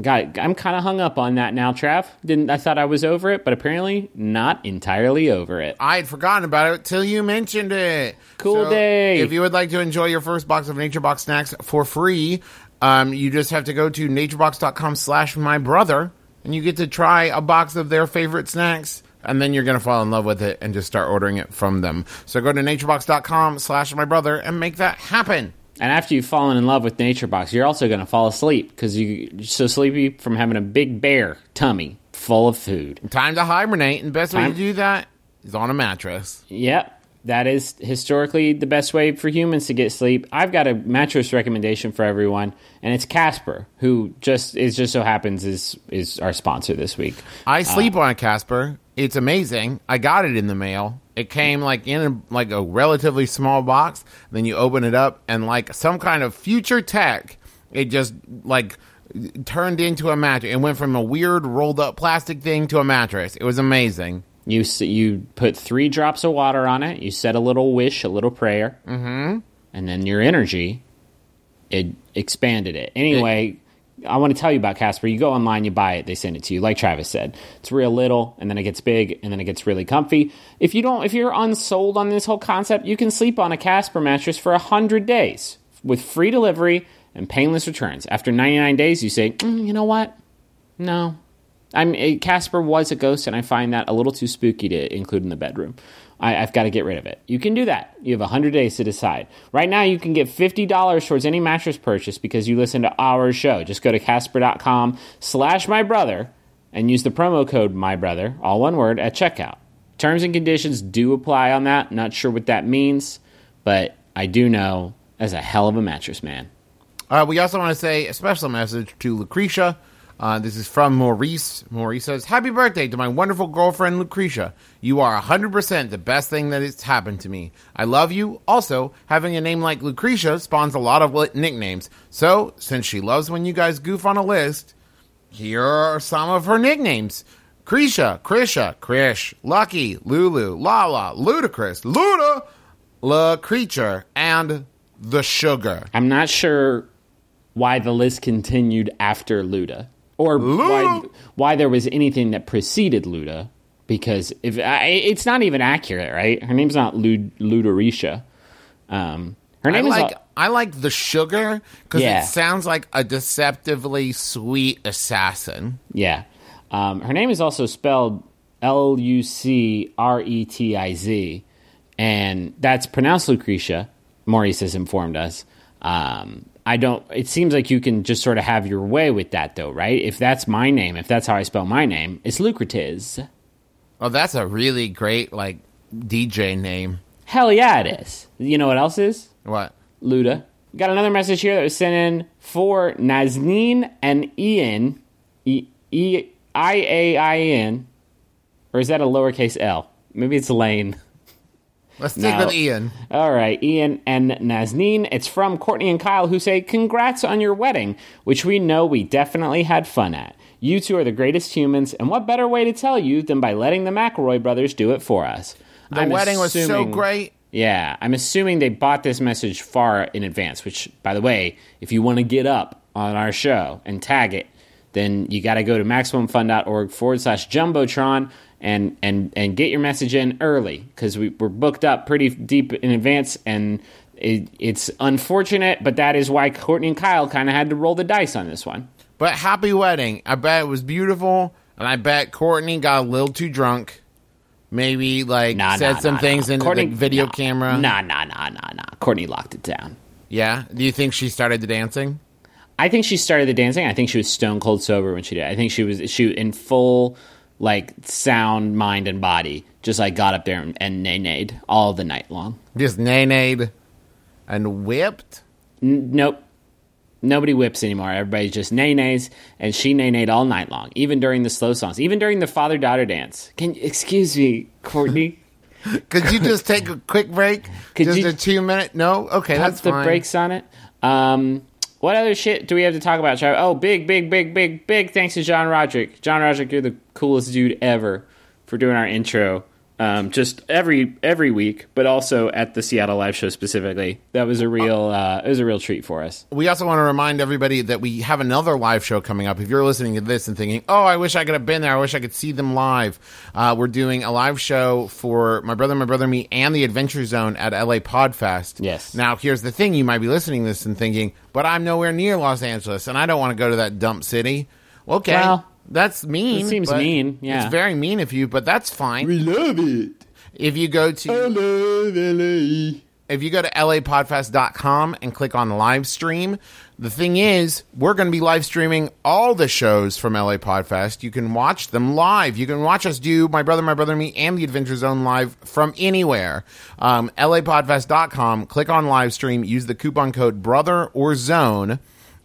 D: God, I'm kind of hung up on that now, Trav. Didn't I thought I was over it, but apparently not entirely over it.
E: I had forgotten about it till you mentioned it.
D: Cool day.
E: If you would like to enjoy your first box of Nature Box snacks for free, um, you just have to go to naturebox.com slash my brother, and you get to try a box of their favorite snacks, and then you're going to fall in love with it and just start ordering it from them. So go to naturebox.com slash my brother and make that happen.
D: And after you've fallen in love with Nature Box, you're also going to fall asleep because you, you're so sleepy from having a big bear tummy full of food.
E: Time to hibernate, and the best way
D: Time-
E: to do that is on a mattress.
D: Yep. That is historically the best way for humans to get sleep. I've got a mattress recommendation for everyone, and it's Casper, who just is just so happens is is our sponsor this week.
E: I sleep on a Casper. It's amazing. I got it in the mail. It came like in a, like a relatively small box. Then you open it up and like some kind of future tech, it just like turned into a mattress. It went from a weird rolled up plastic thing to a mattress. It was amazing.
D: You s- you put three drops of water on it. You said a little wish, a little prayer, mm-hmm. and then your energy it expanded it. Anyway, I want to tell you about Casper. You go online, you buy it, they send it to you. Like Travis said, it's real little, and then it gets big, and then it gets really comfy. If you don't, if you're unsold on this whole concept, you can sleep on a Casper mattress for hundred days with free delivery and painless returns. After 99 days, you say, "Mm, you know what? No, I'm eh, Casper was a ghost, and I find that a little too spooky to include in the bedroom. I, I've got to get rid of it. You can do that. You have 100 days to decide. Right now, you can get $50 towards any mattress purchase because you listen to our show. Just go to casper.com slash my brother and use the promo code my brother, all one word, at checkout. Terms and conditions do apply on that. Not sure what that means, but I do know as a hell of a mattress man.
E: Uh, we also want to say a special message to Lucretia. Uh, this is from Maurice. Maurice says, Happy birthday to my wonderful girlfriend, Lucretia. You are 100% the best thing that has happened to me. I love you. Also, having a name like Lucretia spawns a lot of li- nicknames. So, since she loves when you guys goof on a list, here are some of her nicknames. Krisha, Krisha, Krish, Lucky, Lulu, Lala, Ludacris, Luda, La Creature, and The Sugar.
D: I'm not sure why the list continued after Luda, or why, why there was anything that preceded Luda. Because if I, it's not even accurate, right? Her name's not Lud, Ludarisha. Um, her
E: I
D: name is
E: like
D: al-
E: I like the sugar because
D: Yeah.
E: it sounds like a deceptively sweet assassin.
D: yeah. Um, her name is also spelled L U C R E T I Z, and that's pronounced Lucretia. Maurice has informed us. Um, I don't. It seems like you can just sort of have your way with that, though, right? If that's my name, if that's how I spell my name, it's Lucretiz.
E: Oh, that's a really great like DJ name.
D: Hell yeah, it is. You know what else is?
E: What?
D: Luda. Got another message here that was sent in for Nazneen and Ian. E E I A I N. Or is that a lowercase L? Maybe it's Lane.
E: Let's stick
D: No.
E: with Ian.
D: All right, Ian and Nazneen. It's from Courtney and Kyle who say, Congrats on your wedding, which we know we definitely had fun at. You two are the greatest humans, and what better way to tell you than by letting the McElroy brothers do it for us?
E: The wedding was so great.
D: Yeah, I'm assuming they bought this message far in advance, which, by the way, if you want to get up on our show and tag it, then you got to go to MaximumFun.org forward slash Jumbotron and, and, and get your message in early because we, we're booked up pretty deep in advance. And it, it's unfortunate, but that is why Courtney and Kyle kind of had to roll the dice on this one.
E: But happy wedding. I bet it was beautiful, and I bet Courtney got a little too drunk. Maybe like
D: Nah,
E: said
D: nah,
E: some
D: nah,
E: things
D: nah.
E: in the video
D: nah,
E: camera.
D: Nah, nah, nah, nah, nah. Courtney locked it down.
E: Yeah. Do you think she started the dancing?
D: I think she started the dancing. I think she was stone cold sober when she did. it. I think she was she in full like sound mind and body, just like got up there and, and nay nayed all the night long.
E: Just nay nayed and whipped.
D: N- nope,
G: Nobody whips anymore. Everybody's just nay nays, and she nay nayed all night long, even during the slow songs, even during the father daughter dance. Can excuse me, Courtney?
E: Could you just take a quick break?
G: Could
E: just
G: you-
E: a two minute? No. Okay,
G: Pump
E: that's
G: the
E: fine.
G: brakes on it. Um, what other shit do we have to talk about, Travis? Oh, big, big, big, big, big thanks to John Roderick. John Roderick, you're the coolest dude ever for doing our intro. Um, just every every week, but also at the Seattle live show specifically. That was a real uh, it was a real treat for us.
E: We also want to remind everybody that we have another live show coming up. If you're listening to this and thinking, "Oh, I wish I could have been there. I wish I could see them live," uh, we're doing a live show for my brother, my brother, me, and the Adventure Zone at LA Podfest.
G: Yes.
E: Now, here's the thing: you might be listening to this and thinking, "But I'm nowhere near Los Angeles, and I don't want to go to that dump city." Okay.
G: Well,
E: that's mean.
G: it seems
E: but
G: mean, yeah.
E: It's very mean of you, but that's fine.
H: love it.
E: If you go to
H: Love LA.
E: if you go to lapodfest.com and click on live stream, the thing is, we're going to be live streaming all the shows from LA Podfest. You can watch them live. You can watch us do My Brother, My Brother, Me, and The Adventure Zone live from anywhere. Um, lapodfest.com, click on live stream, use the coupon code BROTHER or ZONE.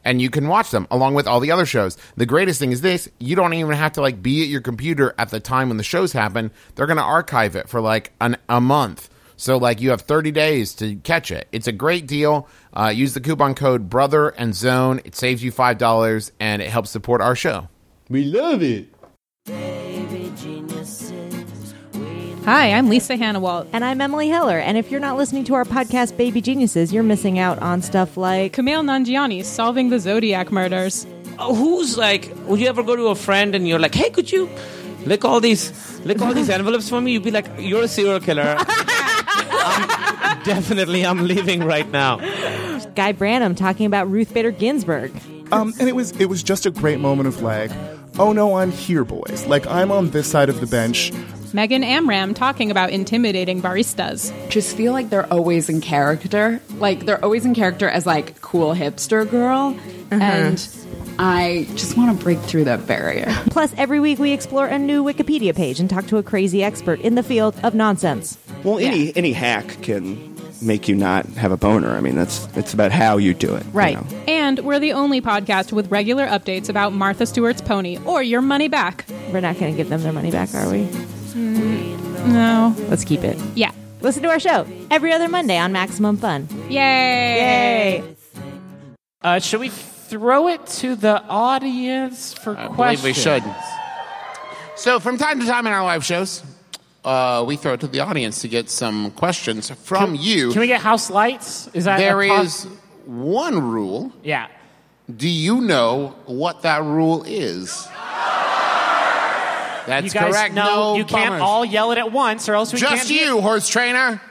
E: And you can watch them along with all the other shows. The greatest thing is this: you don't even have to like be at your computer at the time when the shows happen. They're going to archive it for like an, a month. So, like, you have 30 days to catch it. It's a great deal. Uh, use the coupon code BROTHER and ZONE. It saves you $5 and it helps support our show.
H: We love it.
I: Hi, I'm Lisa Hannah Walt.
J: And I'm Emily Heller. And if you're not listening to our podcast, Baby Geniuses, you're missing out on stuff like.
I: Kumail Nanjiani solving the Zodiac murders.
C: Uh, who's like would you ever go to a friend and you're like hey could you lick all these lick all these envelopes for me you'd be like you're a serial killer I'm- definitely i'm leaving right now
J: Guy Branum talking about Ruth Bader Ginsburg.
K: Um, and it was it was just a great moment of like, oh no, I'm here, boys. Like I'm on this side of the bench.
I: Megan Amram talking about intimidating baristas.
L: just feel like they're always in character. Like they're always in character as like cool hipster girl. And I just want to break through that barrier.
J: Plus, every week we explore a new Wikipedia page and talk to a crazy expert in the field of nonsense.
H: Well, any any hack can make you not have a boner. I mean, that's it's about how you do it. you
J: Right.
H: know?
I: And we're the only podcast with regular updates about Martha Stewart's pony or your money back.
J: We're not going to give them their money back, are we?
I: No.
J: Let's keep it.
I: Yeah.
J: Listen to our show every other Monday on Maximum Fun.
I: Yay. Yay.
D: Uh, should we throw it to the audience for
E: I
D: questions?
E: believe we should. So, from time to time in our live shows, uh, we throw it to the audience to get some questions from you.
D: Can we get house lights? Is that
E: there
D: a pos-
E: is one rule.
D: Yeah.
E: Do you know what that rule is? That's
D: you guys
E: correct.
D: know
E: no
D: you can't
E: bummers.
D: all yell it at once, or else we can't.
E: Just
D: hear-
E: you, horse trainer.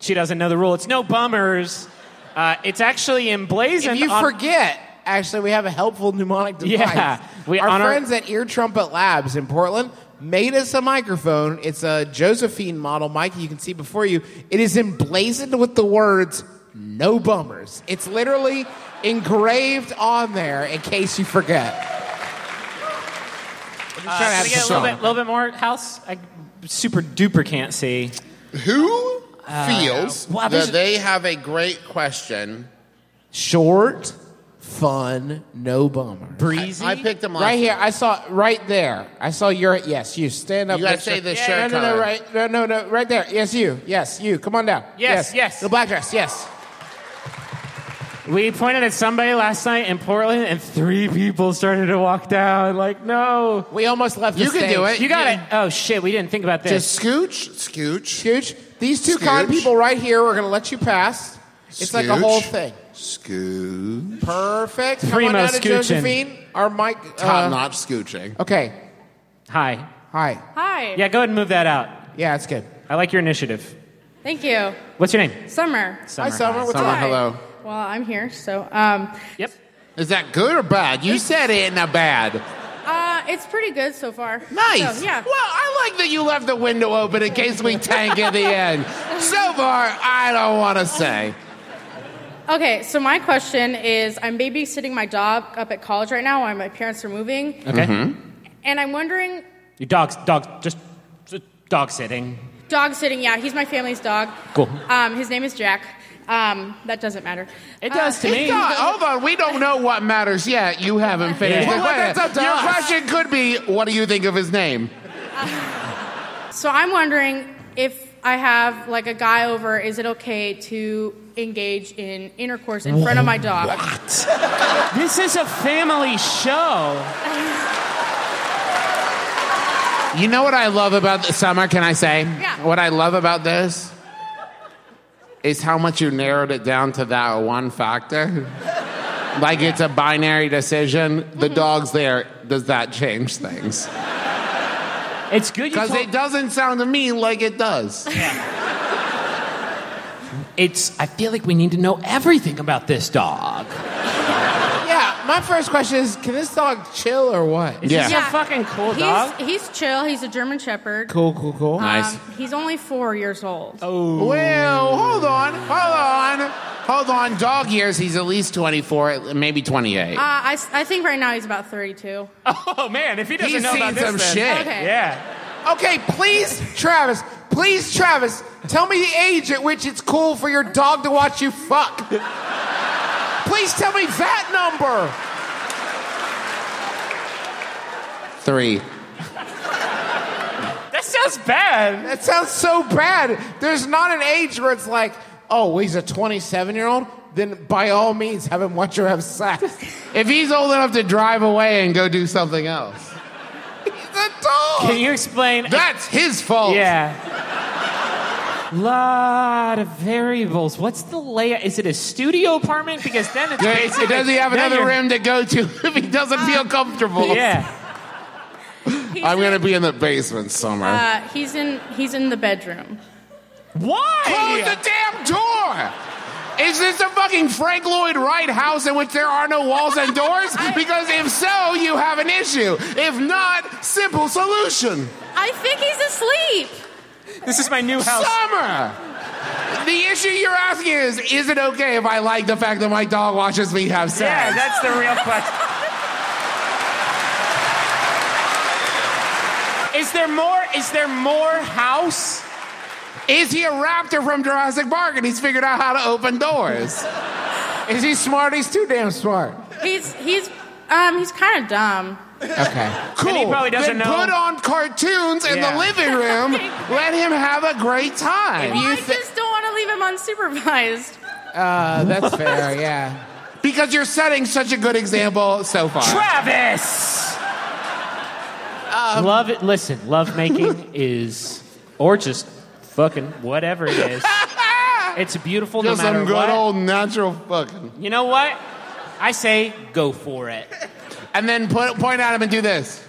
D: She doesn't know the rule. It's no bummers. Uh, it's actually emblazoned.
B: If you
D: on-
B: forget, actually, we have a helpful mnemonic device.
D: Yeah, we-
B: our
D: on our-
B: friends at Ear Trumpet Labs in Portland made us a microphone. It's a Josephine model mic you can see before you. It is emblazoned with the words "No bummers." It's literally engraved on there in case you forget. I'm just trying to
D: Can
B: have
D: we get uh, a
B: some
D: little bit, little bit more house? I super duper can't see.
E: Who
B: Uh,
E: feels
D: well, there's-
E: that they have a great question?
B: short, fun, no bummer.
D: Breezy.
E: I picked them last
B: Right here,
E: week.
B: I saw right there. I saw your yes, you stand up.
E: You gotta
B: make sure-
E: say the
B: Yeah,
E: shirt
B: No, no,
E: color.
B: no, right, no, no, no, right there. Yes, you. Yes, you. Come on down.
D: Yes, yes.
B: The black dress. Yes.
D: We pointed at somebody last night in Portland, and three people started to walk down. Like, no,
B: We almost left.
E: You
B: the
E: can
B: stage.
E: do it.
D: you got it. Oh shit, we didn't think about this.
E: Just scooch, scooch,
B: Scooch. These two con
E: Scooch.
B: people right here. We're gonna let you pass. It's like a
E: Scooch.
B: whole thing.
E: scooch.
B: Perfect. Come
D: Primo
B: on down to
D: scooching.
B: Josephine. Our mic.
E: Top
B: Uh,
E: notch scooching.
B: okay.
D: Hi.
B: Hi.
L: Hi.
D: Yeah, go ahead and move that out.
B: Yeah, it's good.
D: I like your initiative.
L: Thank you.
D: What's your name?
L: Summer.
B: Hi, Summer. What's
E: Summer,
B: up?
E: hello.
L: Well, I'm here, so um
D: Yep.
E: Is that good or bad? You said it in a bad.
L: uh it's pretty good so far.
E: Nice. Well, I like that you left the window open in case we tank at the end. So far, I don't want to say.
L: Okay, so my question is I'm babysitting my dog up at college right now while my parents are moving,
D: Okay.
E: Mm-hmm.
L: and I'm wondering
D: Your dog's dog just, just dog sitting.
L: dog sitting, yeah, he's my family's dog.
D: Cool.
L: Um, his name is Jack.
M: Um, that doesn't matter.
E: It does to me. hold on, we don't know what matters yet. You haven't finished.
M: Yeah.
E: the
M: Well,
E: question.
M: that's up to
E: Your
M: us.
E: question could be, "What do you think of his name?"
M: Uh, So I'm wondering if I have like a guy over, is it okay to engage in intercourse in front of my dog?
D: this is a family show.
E: You know what I love about the summer? Can I say? Yeah. What I love about this is how much you narrowed it down to that one factor. Like it's a binary decision. The dog's there. Does that change things?
D: It's good
E: because it doesn't sound to me like it does.
C: It's. I feel like we need to know everything about this dog.
B: Yeah, my first question is can this dog chill or what?
D: fucking cool
M: he's,
B: dog.
M: He's chill. He's a German Shepherd.
B: Cool, cool, cool.
M: Um, He's only four years old. Uh,
E: Oh. Well, hold on, hold on, hold on. Dog years, he's at least 24, maybe 28.
M: Uh, I, s- I think right now he's about 32.
D: Oh, man. If he
E: doesn't He's know about seen this, some then- shit.
M: Okay.
B: Yeah. Okay, please, Travis, please, Travis, tell me the age at which it's cool for your dog to watch you fuck. Please tell me that number.
E: Three.
B: That sounds bad. That sounds so bad. There's not an age where it's like, oh, he's a 27 year old. Then by all means, have him watch her have sex.
E: If he's old enough to drive away and go do something else.
D: Can you explain?
E: That's his fault.
D: Yeah. Lot of variables. What's the layout? Is it a studio apartment? Because then it's
E: Does
D: basically.
E: does he have
D: now
E: another
D: you're- Ah.
E: room to go to if he doesn't feel comfortable?
D: Yeah.
E: I'm going to be in the basement somewhere.
M: Uh, he's in he's in the bedroom.
D: Why?
E: Close the damn door! Is this a fucking Frank Lloyd Wright house in which there are no walls and doors? Because if so, you have an issue. If not, simple solution.
M: I think he's asleep.
D: This is my new house.
E: Summer! The issue you're asking is is it okay if I like the fact that my dog watches me have sex?
D: Yeah, that's the real question. Is there more? Is there more house?
E: Is he a raptor from Jurassic Park and he's figured out how to open doors?
B: Is he smart? He's too damn smart.
M: He's he's um he's kind of dumb.
E: Okay. Cool.
M: And he probably doesn't
E: then
M: know.
E: Put on cartoons in
M: Yeah.
E: the living room. Let him have a great time.
M: Well, I just don't want to leave him unsupervised.
E: Uh, that's fair, yeah. Because you're setting such a good example so far.
D: Travis!
E: Um,
D: love it. Listen, love making is, or just fucking whatever it is. It's beautiful
E: Just
D: no matter
E: some good
D: what.
E: old natural fucking.
D: You know what? I say go for it.
E: And then put, point at him and do this.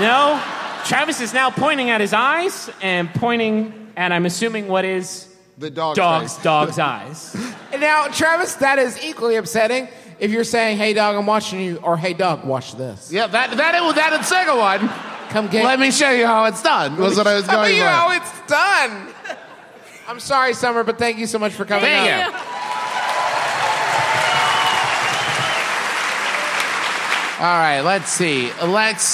D: No, Travis is now pointing at his eyes and pointing at I'm assuming what is
E: the dog's
D: dog's,
B: face.
D: dog's eyes.
B: Now, Travis, that is equally upsetting if you're saying, hey, dog, I'm watching you, or hey, dog, watch this.
E: Yeah, that that that is second one.
B: Come get
E: Let me show you how it's done. Was what I was
B: Tell
E: going
B: you
E: for.
B: how it's done. I'm sorry, Summer, but thank you so much for coming
E: Thank
B: out.
E: All right, let's see. Let's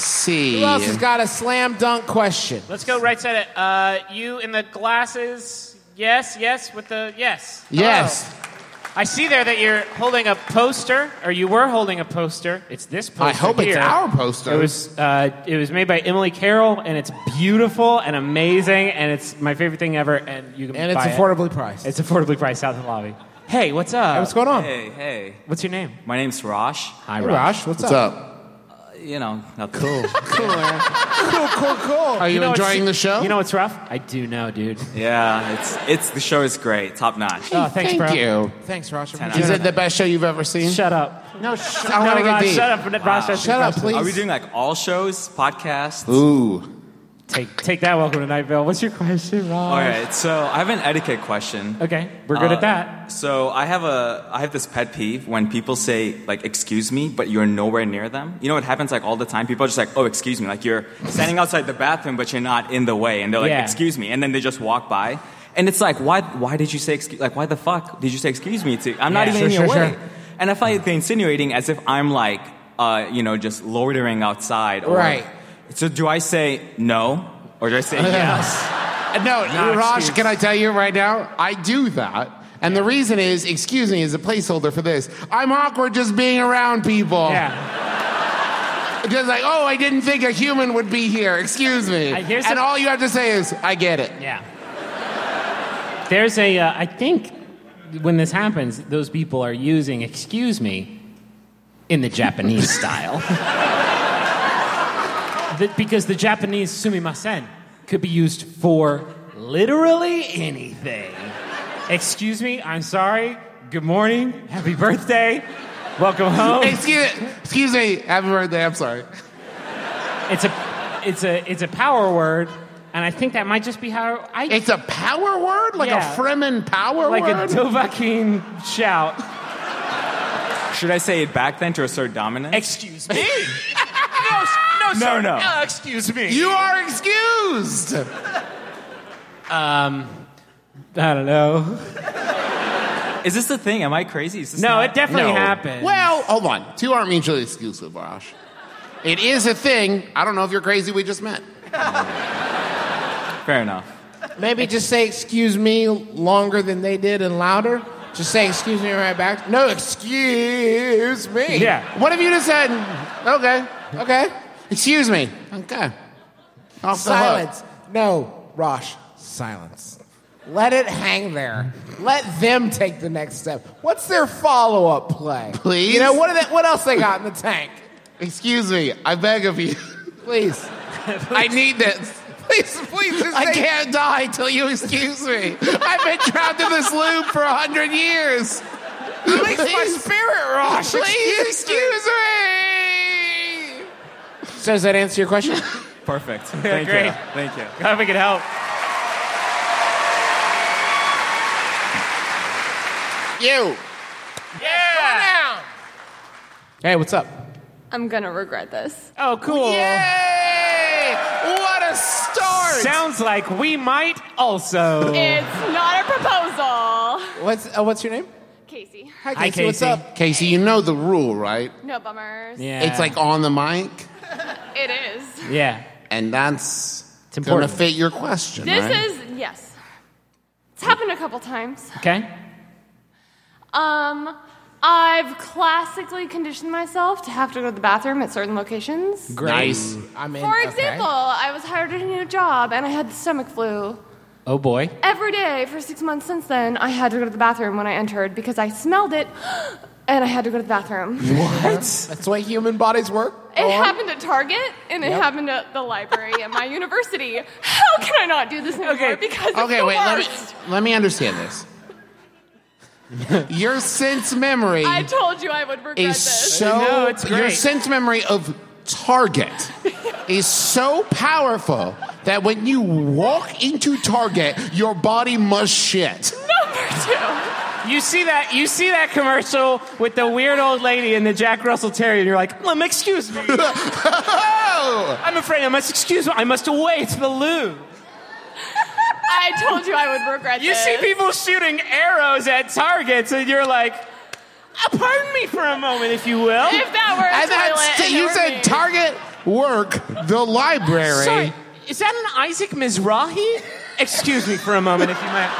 E: see.
B: Who else has got a slam dunk question?
D: Let's go right side it. Uh, you in the glasses? Yes, yes, with the yes.
E: Yes.
D: Oh. I see there that you're holding a poster, or you were holding a poster. It's this poster.
E: I hope it's
D: here.
E: our poster.
D: It was. Uh, it was made by Emily Carroll, and it's beautiful and amazing, and it's my favorite thing ever. And you can
B: And it's
D: buy it.
B: affordably priced.
D: It's affordably priced out in the lobby. Hey, what's up?
B: Hey, what's going on?
N: Hey, hey.
D: What's your name?
N: My name's Rosh. Hi,
D: Hey, Rosh. Rosh, what's What's up?
N: Uh, you know, not cool.
B: Cool, man. cool, cool, cool. Are
D: know what's-
E: show?
D: You know what's rough? I do know, dude.
N: yeah, Uh, it's it's the show is great, top notch.
D: Oh, thanks,
E: Thank
D: bro.
E: you.
B: Thanks, Rosh.
N: Ten out
E: Is
N: of
E: it the best show you've ever seen?
D: Shut up.
B: No, sh-
E: I want to get
D: Rosh,
E: deep.
D: shut up. Rosh, that's your question.
N: Are we doing like all shows, podcasts?
E: Ooh.
D: Take take that. Welcome to Night Vale. What's your question, Rosh?
N: All right, so I have an etiquette question.
D: Okay, we're good
N: Uh,
D: at that.
N: So I have a I have this pet peeve when people say like "excuse me," but you're nowhere near them. You know it happens like all the time. People are just like, "Oh, excuse me," like you're standing outside the bathroom, but you're not in the way, and they're like,
D: Yeah.
N: "Excuse me," and then they just walk by, and it's like, why Why did you say excuse? Like, why the fuck did you say excuse me to? I'm not
D: Yeah.
N: even
D: Sure,
N: in your
D: sure,
N: way.
D: sure.
N: And I find it insinuating as if I'm like, uh, you know, just loitering outside. Or,
B: Right.
N: So do I say no or do I say yes?
E: No,
B: No,
E: Raj,
B: excuse-
E: can I tell you right now? I do that. And the reason is, excuse me, is a placeholder for this. I'm awkward just being around people. Yeah. Just like, oh, I didn't think a human would be here. Excuse me.
D: I-
E: And
D: here's a-
E: all you have to say is, I get it.
D: Yeah. There's a, uh, I think when this happens, those people are using, excuse me, in the Japanese style. The- because the Japanese sumimasen could be used for literally anything. Excuse me, I'm sorry, good morning, happy birthday, welcome home.
E: Excuse, excuse me, happy birthday, I'm sorry.
D: It's a, it's a, it's a power word, and I think that might just be how I.
E: It's a power word? Like a Fremen power
D: like
E: word?
D: a Dovahkiin shout.
N: Should I say it back then to assert dominance?
D: Excuse me.
N: no,
B: No, sir.
N: no.
B: Uh,
D: excuse me.
E: You are excused.
D: Um, I don't know.
N: Is this the thing? Am I crazy? Is this
D: No,
N: not-
D: it definitely happened.
E: Well, hold on. Two aren't mutually exclusive, Raj. It is a thing. I don't know if you're crazy. We just met.
N: Fair enough.
O: Maybe just say excuse me longer than they did and louder. Just say excuse me right back. No, excuse me.
E: Yeah.
O: What have you just said? Okay. Okay.
E: Excuse me. Okay. Off the hook.
O: silence. No, Rosh, silence. Let it hang there. Let them take the next step. What's their follow up play?
E: Please?
O: You know, what, are they, what else they got in the tank?
E: Excuse me. I beg of you.
O: Please.
E: I need this.
O: Please, please. Just
E: I
O: say-
E: can't die till you excuse me. I've been trapped in this loop for a hundred years.
B: Please, my spirit, Rosh.
E: Please
B: Excuse me.
E: excuse me.
O: So does that answer your question?
N: Perfect.
O: Thank
N: Great.
O: you.
N: Thank you.
D: Glad we could help.
E: You.
P: Yeah.
O: Hey, what's up?
P: I'm gonna regret this.
D: Oh, cool.
E: Yay! What a start!
D: Sounds like we might also.
P: It's not a proposal.
O: What's uh, what's your name?
P: Casey.
O: Hi,
E: Casey, you know the rule, right?
P: No bummers.
E: It's like on the mic,
P: It is.
D: Yeah.
E: and that's it's
D: important.
E: gonna fit your question.
P: This
E: right?
P: is yes. It's happened a couple times.
D: Okay.
P: Um, I've classically conditioned myself to have to go to the bathroom at certain locations.
E: Great. Nice.
O: I mean,
P: For example, I was hired at a new job and I had the stomach flu.
D: Oh boy.
P: Every day for six months since then, I had to go to the bathroom when I entered because I smelled it and I had to go to the bathroom.
O: What? That's the way human bodies work.
P: It happened at Target and it
O: Yep.
P: happened at the library at my university. How can I not do this anymore? Because it's
E: Okay,
P: the
E: wait. Let me
P: worst.
E: let me understand this. your sense memory
P: I told you I would regret
E: is
P: this.
E: so your sense memory of Target is so powerful that when you walk into Target, your body must shit.
D: You see that? You see that commercial with the weird old lady and the Jack Russell Terrier, and you're like, "Um, excuse me. I'm afraid I must excuse. I must away to the loo."
P: I told you I would regret
D: You
P: this.
D: see people shooting arrows at targets, and you're like, "Uh, "Pardon me for a moment, if you will."
P: If that were a
E: And that's you said Target, work, the library.
D: Sorry, is that an Isaac Mizrahi? Excuse me for a moment, if you might.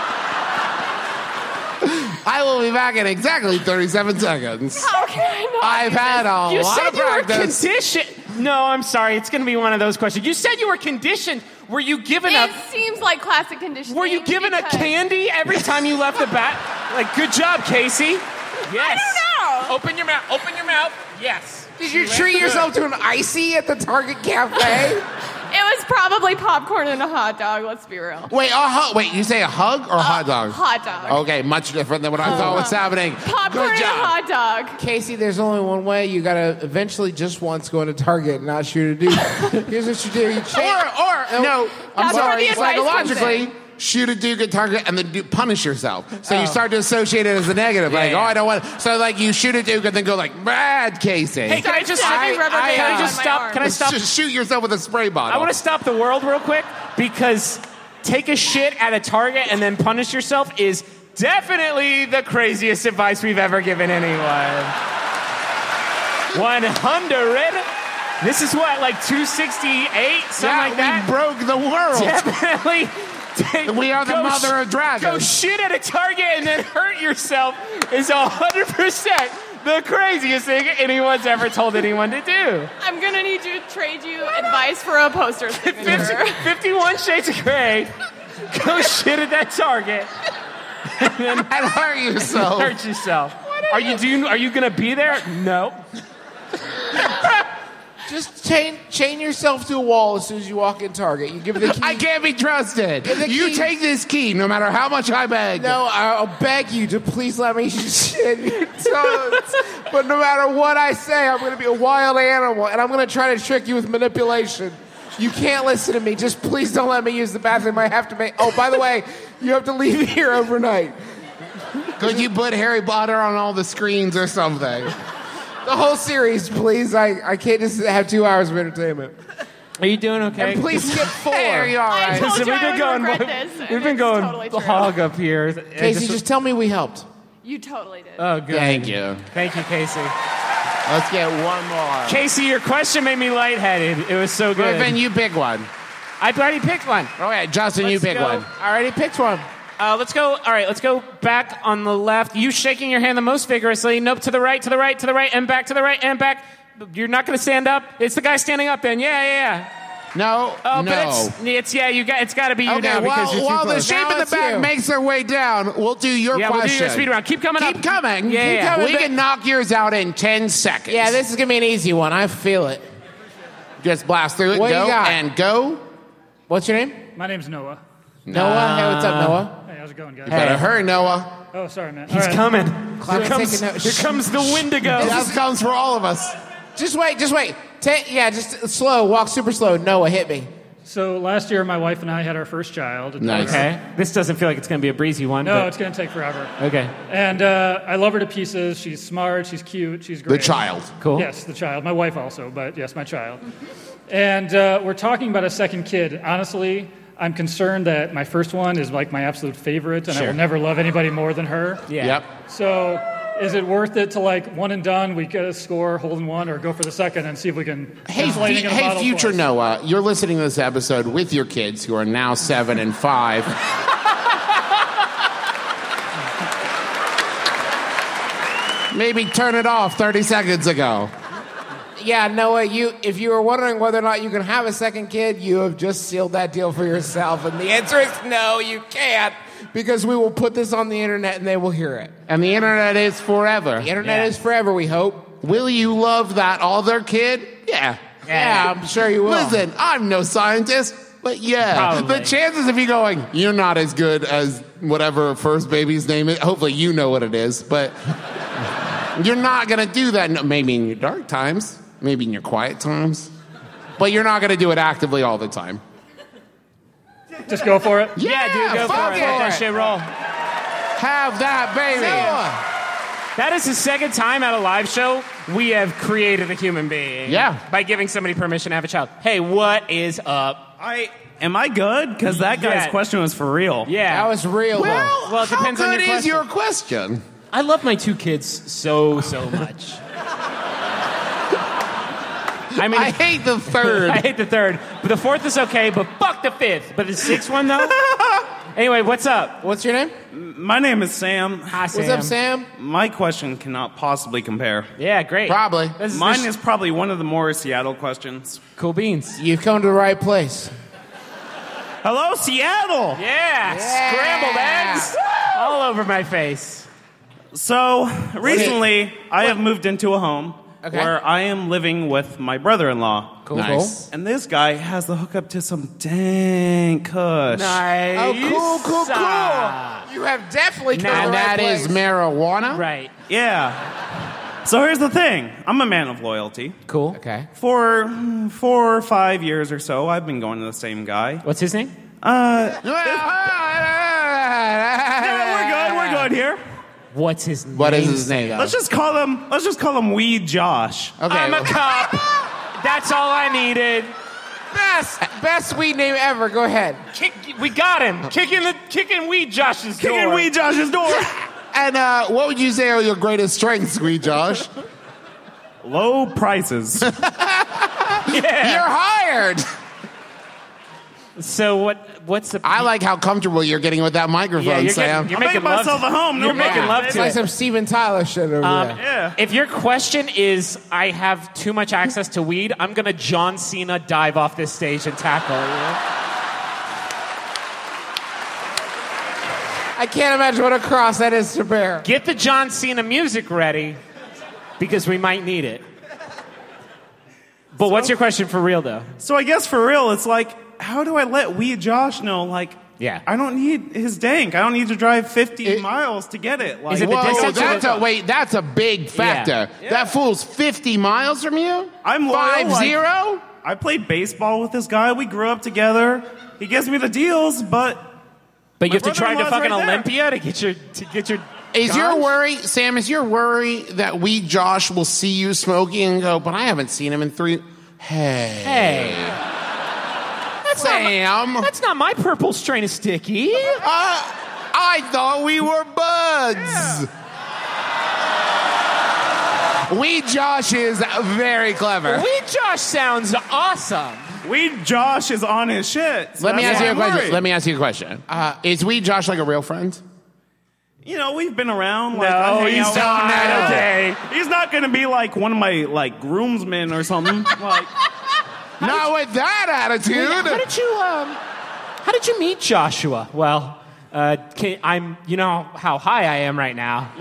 E: I will be back in exactly 37 seconds.
P: How can I not?
E: I've
D: do
E: had
D: this?
E: a
D: you
E: lot
D: said
E: of
D: you were
E: practice.
D: conditioned. No, I'm sorry. It's going to be one of those questions. You said you were conditioned. Were you given
P: It
D: a
P: seems like classic conditioning.
D: Were you given a
P: because-
D: candy every time you left the bat? Like, good job, Casey. Yes.
P: I
E: Oh.
D: Open your mouth. Open your mouth. Yes.
O: Did you treat yourself to an icy at the Target cafe?
P: don't know. It was probably popcorn and a hot dog. Let's be real.
E: Wait, a hug. Wait, you say a hug or hot dog?
P: Hot dog.
E: Okay, much different than what I
P: Uh-huh.
E: thought was happening.
P: Popcorn
E: Good
P: and a
E: job.
P: hot dog.
O: Casey, there's only one way. You gotta eventually just once go into Target and not shoot a dude. Here's what you do. You change.
E: Or, or no, I'm
O: That's where
E: sorry.
O: the advice comes in.
E: Psychologically, shoot a Duke at target and then do, punish yourself. So
O: Oh.
E: you start to associate it as a negative. like,
D: yeah.
E: oh, I don't want. So like you shoot a Duke and then go like, bad Casey.
D: Hey, can I just can I just stop? Can I stop?
E: Just shoot yourself with a spray bottle.
D: I want to stop the world real quick because take a shit at a target and then punish yourself is definitely the craziest advice we've ever given anyone. One hundred This is what, like 268? Something
E: Yeah,
D: like
E: we
D: that?
E: broke the world.
D: Definitely.
E: We are the
D: Go
E: mother
D: sh-
E: of dragons.
D: Go shit at a target and then hurt yourself is 100% the craziest thing anyone's ever told anyone to do.
P: I'm gonna need you to trade you advice for a poster signature.
D: 51 Shades of Grey. Go shit at that target. And, then,
E: hurt yourself.
D: hurt yourself. Are you doing? Are you gonna be there? No.
B: Just chain, chain yourself to a wall as soon as you walk in Target. You give the key.
E: I can't be trusted.
B: Give the
E: You
B: key-
E: take this key, no matter how much I beg.
B: No, I'll beg you to please let me shit your toes. but no matter what I say, I'm going to be a wild animal, and I'm going to try to trick you with manipulation. You can't listen to me. Just please don't let me use the bathroom. I have to make. Oh, by the way, you have to leave here overnight.
E: Could you put Harry Potter on all the screens or something?
B: The whole series, please. I, I can't just have two hours of entertainment.
D: Are you doing okay?
B: And please skip four.
D: Hey,
B: you all
D: I
B: right?
D: told Listen, you we've I been would going- regret this, we've and been it's going totally true. hog up here.
B: Casey, just, tell me we helped.
P: You totally did.
D: Oh, good.
E: Thank you.
D: Thank you, Casey.
E: Let's get one more.
D: Casey, your question made me lightheaded. It was so good.
E: Griffin, you pick one.
D: I've already picked one.
E: Okay, Justin, you pick one.
D: I already picked one. Uh, let's go. All right, let's go back on the left. You shaking your hand the most vigorously. Nope, to the right, to the right, to the right, and back, to the right, and back. You're not going to stand up. It's the guy standing up. Then, yeah, yeah. yeah.
E: No.
D: Oh,
E: no.
D: but it's, it's yeah. You got. It's got to be you
E: Okay,
D: now
E: while,
D: because you're too
E: while the
D: close.
E: shape in the back makes their way down, we'll do your
D: Yeah, we'll do
E: question.
D: your speed round. Keep coming
E: Keep
D: up. Yeah,
E: coming. Keep
D: yeah.
E: coming.
D: We
E: We can knock yours out in 10 seconds.
B: Yeah, this is going to be an easy one. I feel it.
E: Just blast through it.
B: What do
E: go
B: you got?
E: and go.
B: What's your name?
Q: My name's Noah.
B: Noah? Hey, what's up, Noah?
Q: Uh, Hey, how's it going, guys?
E: You better hurry, Noah.
Q: Oh, sorry, man.
B: He's
D: coming.
B: Clap
Q: Here
B: and
Q: comes-
B: take a note.
Q: here comes the Wendigo.
E: This comes for all of us.
B: Just wait, just wait. Ta- yeah, just slow. Walk super slow. Noah, hit me.
Q: So last year, my wife and I had our first child.
D: Okay. This doesn't feel like it's going to be a breezy one.
Q: No,
D: but-
Q: it's going to take forever.
D: Okay.
Q: And uh, I love her to pieces. She's smart. She's cute. She's
D: The
Q: great.
D: child. Cool.
Q: Yes, the child. My wife also, but yes, my child. And uh, we're talking about a second kid. Honestly, I'm concerned that my first one is like my absolute favorite, and I
D: Sure.
Q: will never love anybody more than her.
D: Yeah. Yep.
Q: So. Is it worth it to like one and done? We get a score, holding one, or go for the second and see if we can.
E: Hey,
Q: it's lightning
E: fu-
Q: in a
E: hey
Q: bottle
E: future
Q: for us.
E: Noah, you're listening to this episode with your kids who are now seven and five. Maybe turn it off 30 seconds ago.
B: Yeah, Noah, you if you were wondering whether or not you can have a second kid, you have just sealed that deal for yourself. And the answer is no, you can't. Because we will put this on the internet and they will hear it.
E: And the internet is forever. The
B: internet is forever, we hope.
E: Will you love that other kid? Yeah.
B: Yeah, I'm sure you will.
E: Listen, I'm no scientist, but yeah.
B: Probably.
E: The chances of you going, you're not as good as whatever first baby's name is. Hopefully you know what it is, but you're not going to do that. No, maybe in your dark times, maybe in your quiet times, but you're not going to do it actively all the time.
Q: Just go for it.
D: Yeah, dude, go
E: fuck
D: for it. Let that
E: it.
D: shit roll.
E: Have that baby.
D: That is the second time at a live show we have created a human being.
C: Yeah.
D: By giving somebody permission to have a child. Hey, what is up?
C: I am I good? Because that guy's
D: Yeah.
C: question was for real.
D: Yeah. That
B: was real.
E: Well,
D: well, it
E: how
D: depends on
E: good
D: your
E: is
D: question.
E: your question?
D: I love my two kids so so much. I mean, I
E: hate the third.
D: I hate the third. But the fourth is okay. But fuck the fifth. But the sixth one though. anyway, what's up?
B: What's your name?
C: My name is Sam. Hi,
D: What's up, Sam?
C: My question cannot possibly compare.
D: Yeah, great.
B: Probably.
C: Mine is probably one of the more Seattle questions.
D: Cool beans.
B: You've come to the right place.
C: Hello, Seattle.
D: Yeah, scrambled eggs all over my face.
C: So recently, I have moved into a home
D: Okay.
C: where I am living with my brother-in-law.
D: Cool, Nice.
C: And this guy has the hookup to some dank kush.
D: Nice.
B: Oh, cool, cool, cool. You have definitely come to the right place.
E: marijuana.
D: Right.
C: Yeah. So here's the thing. I'm a man of loyalty.
D: Cool.
B: Okay.
C: For mm, four or five years or so, I've been going to the same guy.
D: What's his name?
C: Uh,
B: no,
C: we're good. We're good here.
D: What's his name?
C: What
E: is his name, though?
C: Let's just call him. Let's just call him Weed Josh.
D: I'm a cop. That's all I needed.
B: Best, best weed name ever. Go ahead.
D: Kick, we got
B: Uh,
D: him. Kicking the kicking weed Josh's door.
E: Kicking weed
C: Josh's door.
E: and uh, what would you say are your greatest strengths, Sweet Josh?
C: Low prices.
B: You're hired.
D: So what? What's the?
B: I like how comfortable you're getting with that microphone,
D: Yeah, you're
B: Sam.
D: getting- you're I'm making making love myself to- a home, no you're making problem. love to
E: It's like
D: it.
E: some Steven Tyler shit over
D: Um,
E: there.
D: If your question is, I have too much access to weed, I'm going to John Cena dive off this stage and tackle you.
E: I can't imagine what a cross that is to bear.
D: Get the John Cena music ready because we might need it. But what's your question for real, though?
C: So I guess for real, it's like, how do I let Wee Josh know? Like,
D: Yeah.
C: I don't need his dank. I don't need to drive 50 miles to get it. Like,
B: Whoa, that's a, wait, that's a big factor.
C: Yeah.
B: That fool's 50 miles from you?
C: I'm loyal.
B: Five
C: like,
B: zero?
C: I played baseball with this guy. We grew up together. He gives me the deals, but
D: But
C: my
D: you have to try to
C: brother-in-law's
D: fucking
C: right there.
D: Olympia to get your to get your.
B: Is your
D: Gosh.
B: worry, Sam, is your worry that we, Josh, will see you smoking and go, but I haven't seen him in three. Hey.
D: Hey. That's
B: Sam.
D: Not my, that's not my purple strain of sticky.
B: I thought we were buds. We Josh is very clever.
D: We Josh sounds awesome.
C: We Josh is on his shit. so
B: Let me
C: that's
B: ask you a
C: why I'm
B: question.
C: worried.
B: Let me ask you a question. Uh, is we Josh like a real friend?
C: You know, we've been around. Like,
B: No,
C: I hang
B: he's
C: out with
B: not.
C: him now.
B: Okay.
C: He's not going to be like one of my like groomsmen or something. like,
B: not with that attitude.
D: How did you um? How did you meet Joshua? Well, uh, can, I'm. You know how high I am right now.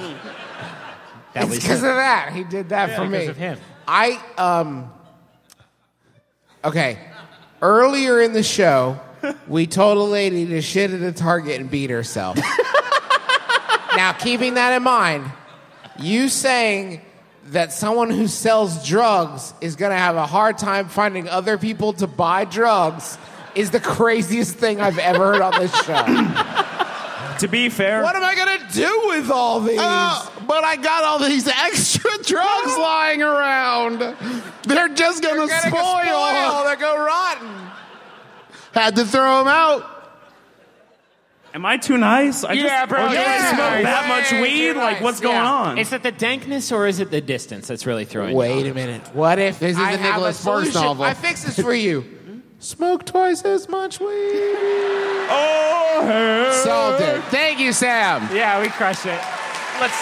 D: That
E: It's because of that. He did that
D: Yeah,
E: for me.
D: because of him.
E: I um. Okay, earlier in the show, we told a lady to shit at a Target and beat herself. now, keeping that in mind, you saying that someone who sells drugs is going to have a hard time finding other people to buy drugs is the craziest thing I've ever heard on this show.
C: to be fair,
E: what am I going to do with all these?
B: but I got all these extra drugs lying around. They're just gonna,
E: They're
B: spoil.
E: gonna get spoiled. They go rotten.
B: Had to throw them out.
C: Am I too nice? I
D: yeah,
C: just,
D: bro.
C: Or do I
D: yeah.
C: smoke that much weed? Like, what's going
D: Yeah.
C: on?
D: Is it the dankness or is it the distance that's really throwing?
E: Wait a minute. What if this
D: is
E: I
D: the
E: have
D: Nicholas
E: a
D: Sparks
E: solution.
D: novel.
E: I fix this for you. Smoke twice as much weed.
C: oh,
B: Solved it. Thank you, Sam.
D: Yeah, we crushed it. Let's.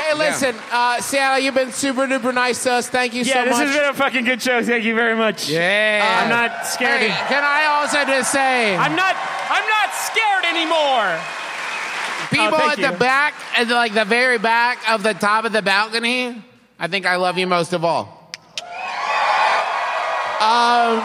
E: Hey, listen, uh, Seattle, you've been super duper nice to us. Thank you
D: Yeah,
E: so
D: this
E: much.
D: has been a fucking good show. Thank you very much.
B: Yeah.
D: I'm not scared.
E: Hey,
D: any-
E: can I also just say,
D: I'm not. I'm not scared anymore.
B: People
D: Oh, thank
B: at
D: you.
B: the back, at the, like the very back of the top of the balcony. I think I love you most of all.
E: Um,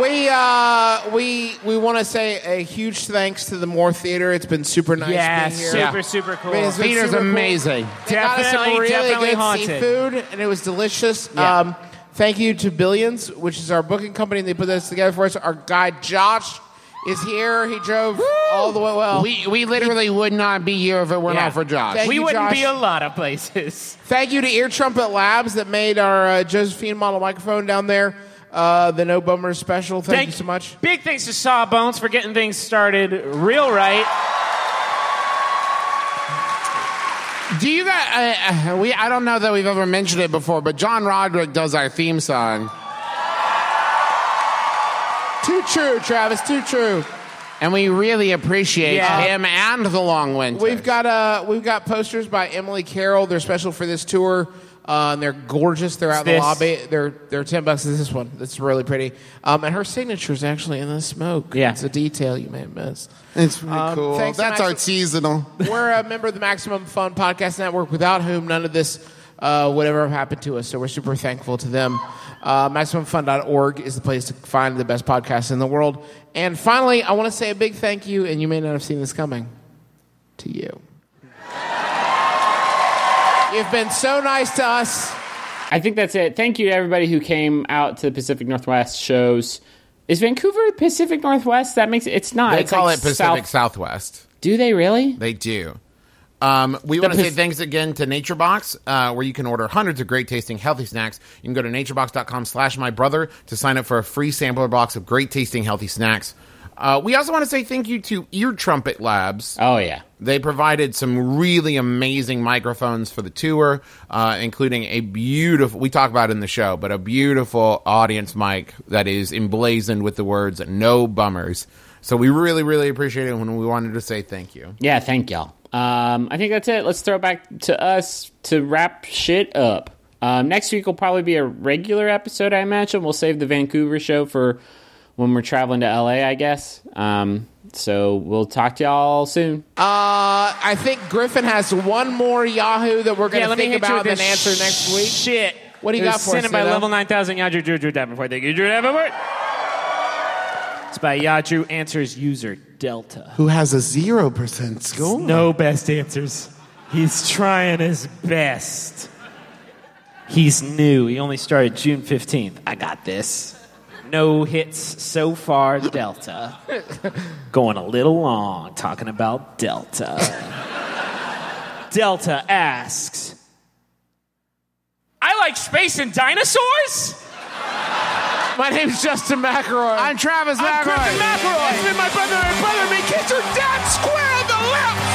E: we uh, we we want to say a huge thanks to the Moore Theater. It's been super nice
D: Yeah,
E: being here.
D: super, super cool.
E: I mean, it's been
B: Peter's
E: super cool.
B: amazing.
E: They got us some
D: Definitely,
E: really
D: definitely
E: good
D: haunted.
E: seafood, and it was delicious. Um, thank you to Billions, which is our booking company, and they put this together for us. Our guy Josh is here. He drove all the way. Well,
B: we we literally would not be here if it were not for Josh.
E: Thank
D: we
E: you,
D: wouldn't
E: Josh.
D: be a lot of places.
E: Thank you to Ear Trumpet Labs that made our uh, Josephine model microphone down there. Uh, the No Bummer special. Thank,
D: Thank-
E: you so much.
D: Big thanks to Sawbones for getting things started real right.
B: Do you guys? Uh, uh, we I don't know that we've ever mentioned it before, but John Roderick does our theme song,
E: Too true, Travis. Too true.
B: and we really appreciate
E: Yeah.
B: him and the Long Winter.
E: We've got uh, we've got posters by Emily Carroll. They're special for this tour. Uh, and they're gorgeous. They're out in the
B: This.
E: lobby. They're they're ten bucks. This is this one. It's really pretty. Um, and her signature is actually in the smoke. Yeah, it's a detail you may have missed.
B: It's pretty
E: Um,
B: cool.
E: thanks to
B: That's
E: Max-
B: our seasonal.
E: We're a member of the Maximum Fun Podcast Network, without whom none of this uh, would ever have happened to us. So we're super thankful to them. Uh, MaximumFun.org is the place to find the best podcasts in the world. And finally, I want to say a big thank you, and you may not have seen this coming, to you. You've been so nice to us.
R: I think that's it. Thank you to everybody who came out to the Pacific Northwest shows. Is Vancouver Pacific Northwest? That makes it's not.
B: They
R: it's
B: call
R: like
B: it Pacific
R: South-
B: Southwest.
R: Do they really?
B: They do. Um, we
R: The
B: want to say
R: Pac-
B: thanks again to Nature Box, uh, where you can order hundreds of great tasting healthy snacks. You can go to naturebox.com slash my brother to sign up for a free sampler box of great tasting healthy snacks.
E: Uh, we also want to say thank you to Ear Trumpet Labs.
G: Oh, yeah.
E: They provided some really amazing microphones for the tour, uh, including a beautiful, we talk about it in the show, but a beautiful audience mic that is emblazoned with the words, no bummers. So we really, really appreciate it when we wanted to say thank you.
G: Yeah, thank y'all. Um, I think that's it. Let's throw it back to us to wrap shit up. Um, next week will probably be a regular episode, I imagine. We'll save the Vancouver show for when we're traveling to LA, I guess. Um, so we'll talk to y'all soon.
B: Uh, I think Griffin has one more Yahoo that we're going
D: Yeah,
B: to
D: let me
B: think
D: hit you
B: about
D: with
B: and
D: this
B: answer next week.
D: Shit.
B: What do you
D: It was
B: got for
D: sent
B: us,
D: in by
B: Sido?
D: level 9000, Yadru Drew, Drew Davenport. Thank you, Drew Davenport. It's by Yadru Answers User Delta.
E: Who has a 0% score?
D: No best answers. He's trying his best. He's new. He only started June 15th. I got this. No hits so far, Delta. Going a little long talking about Delta. Delta asks I like space and dinosaurs?
B: My name's Justin McElroy. I'm
E: Travis
H: McElroy.
D: Griffin McElroy.
H: This is my brother and brother me. Kiss your dad square on the lip.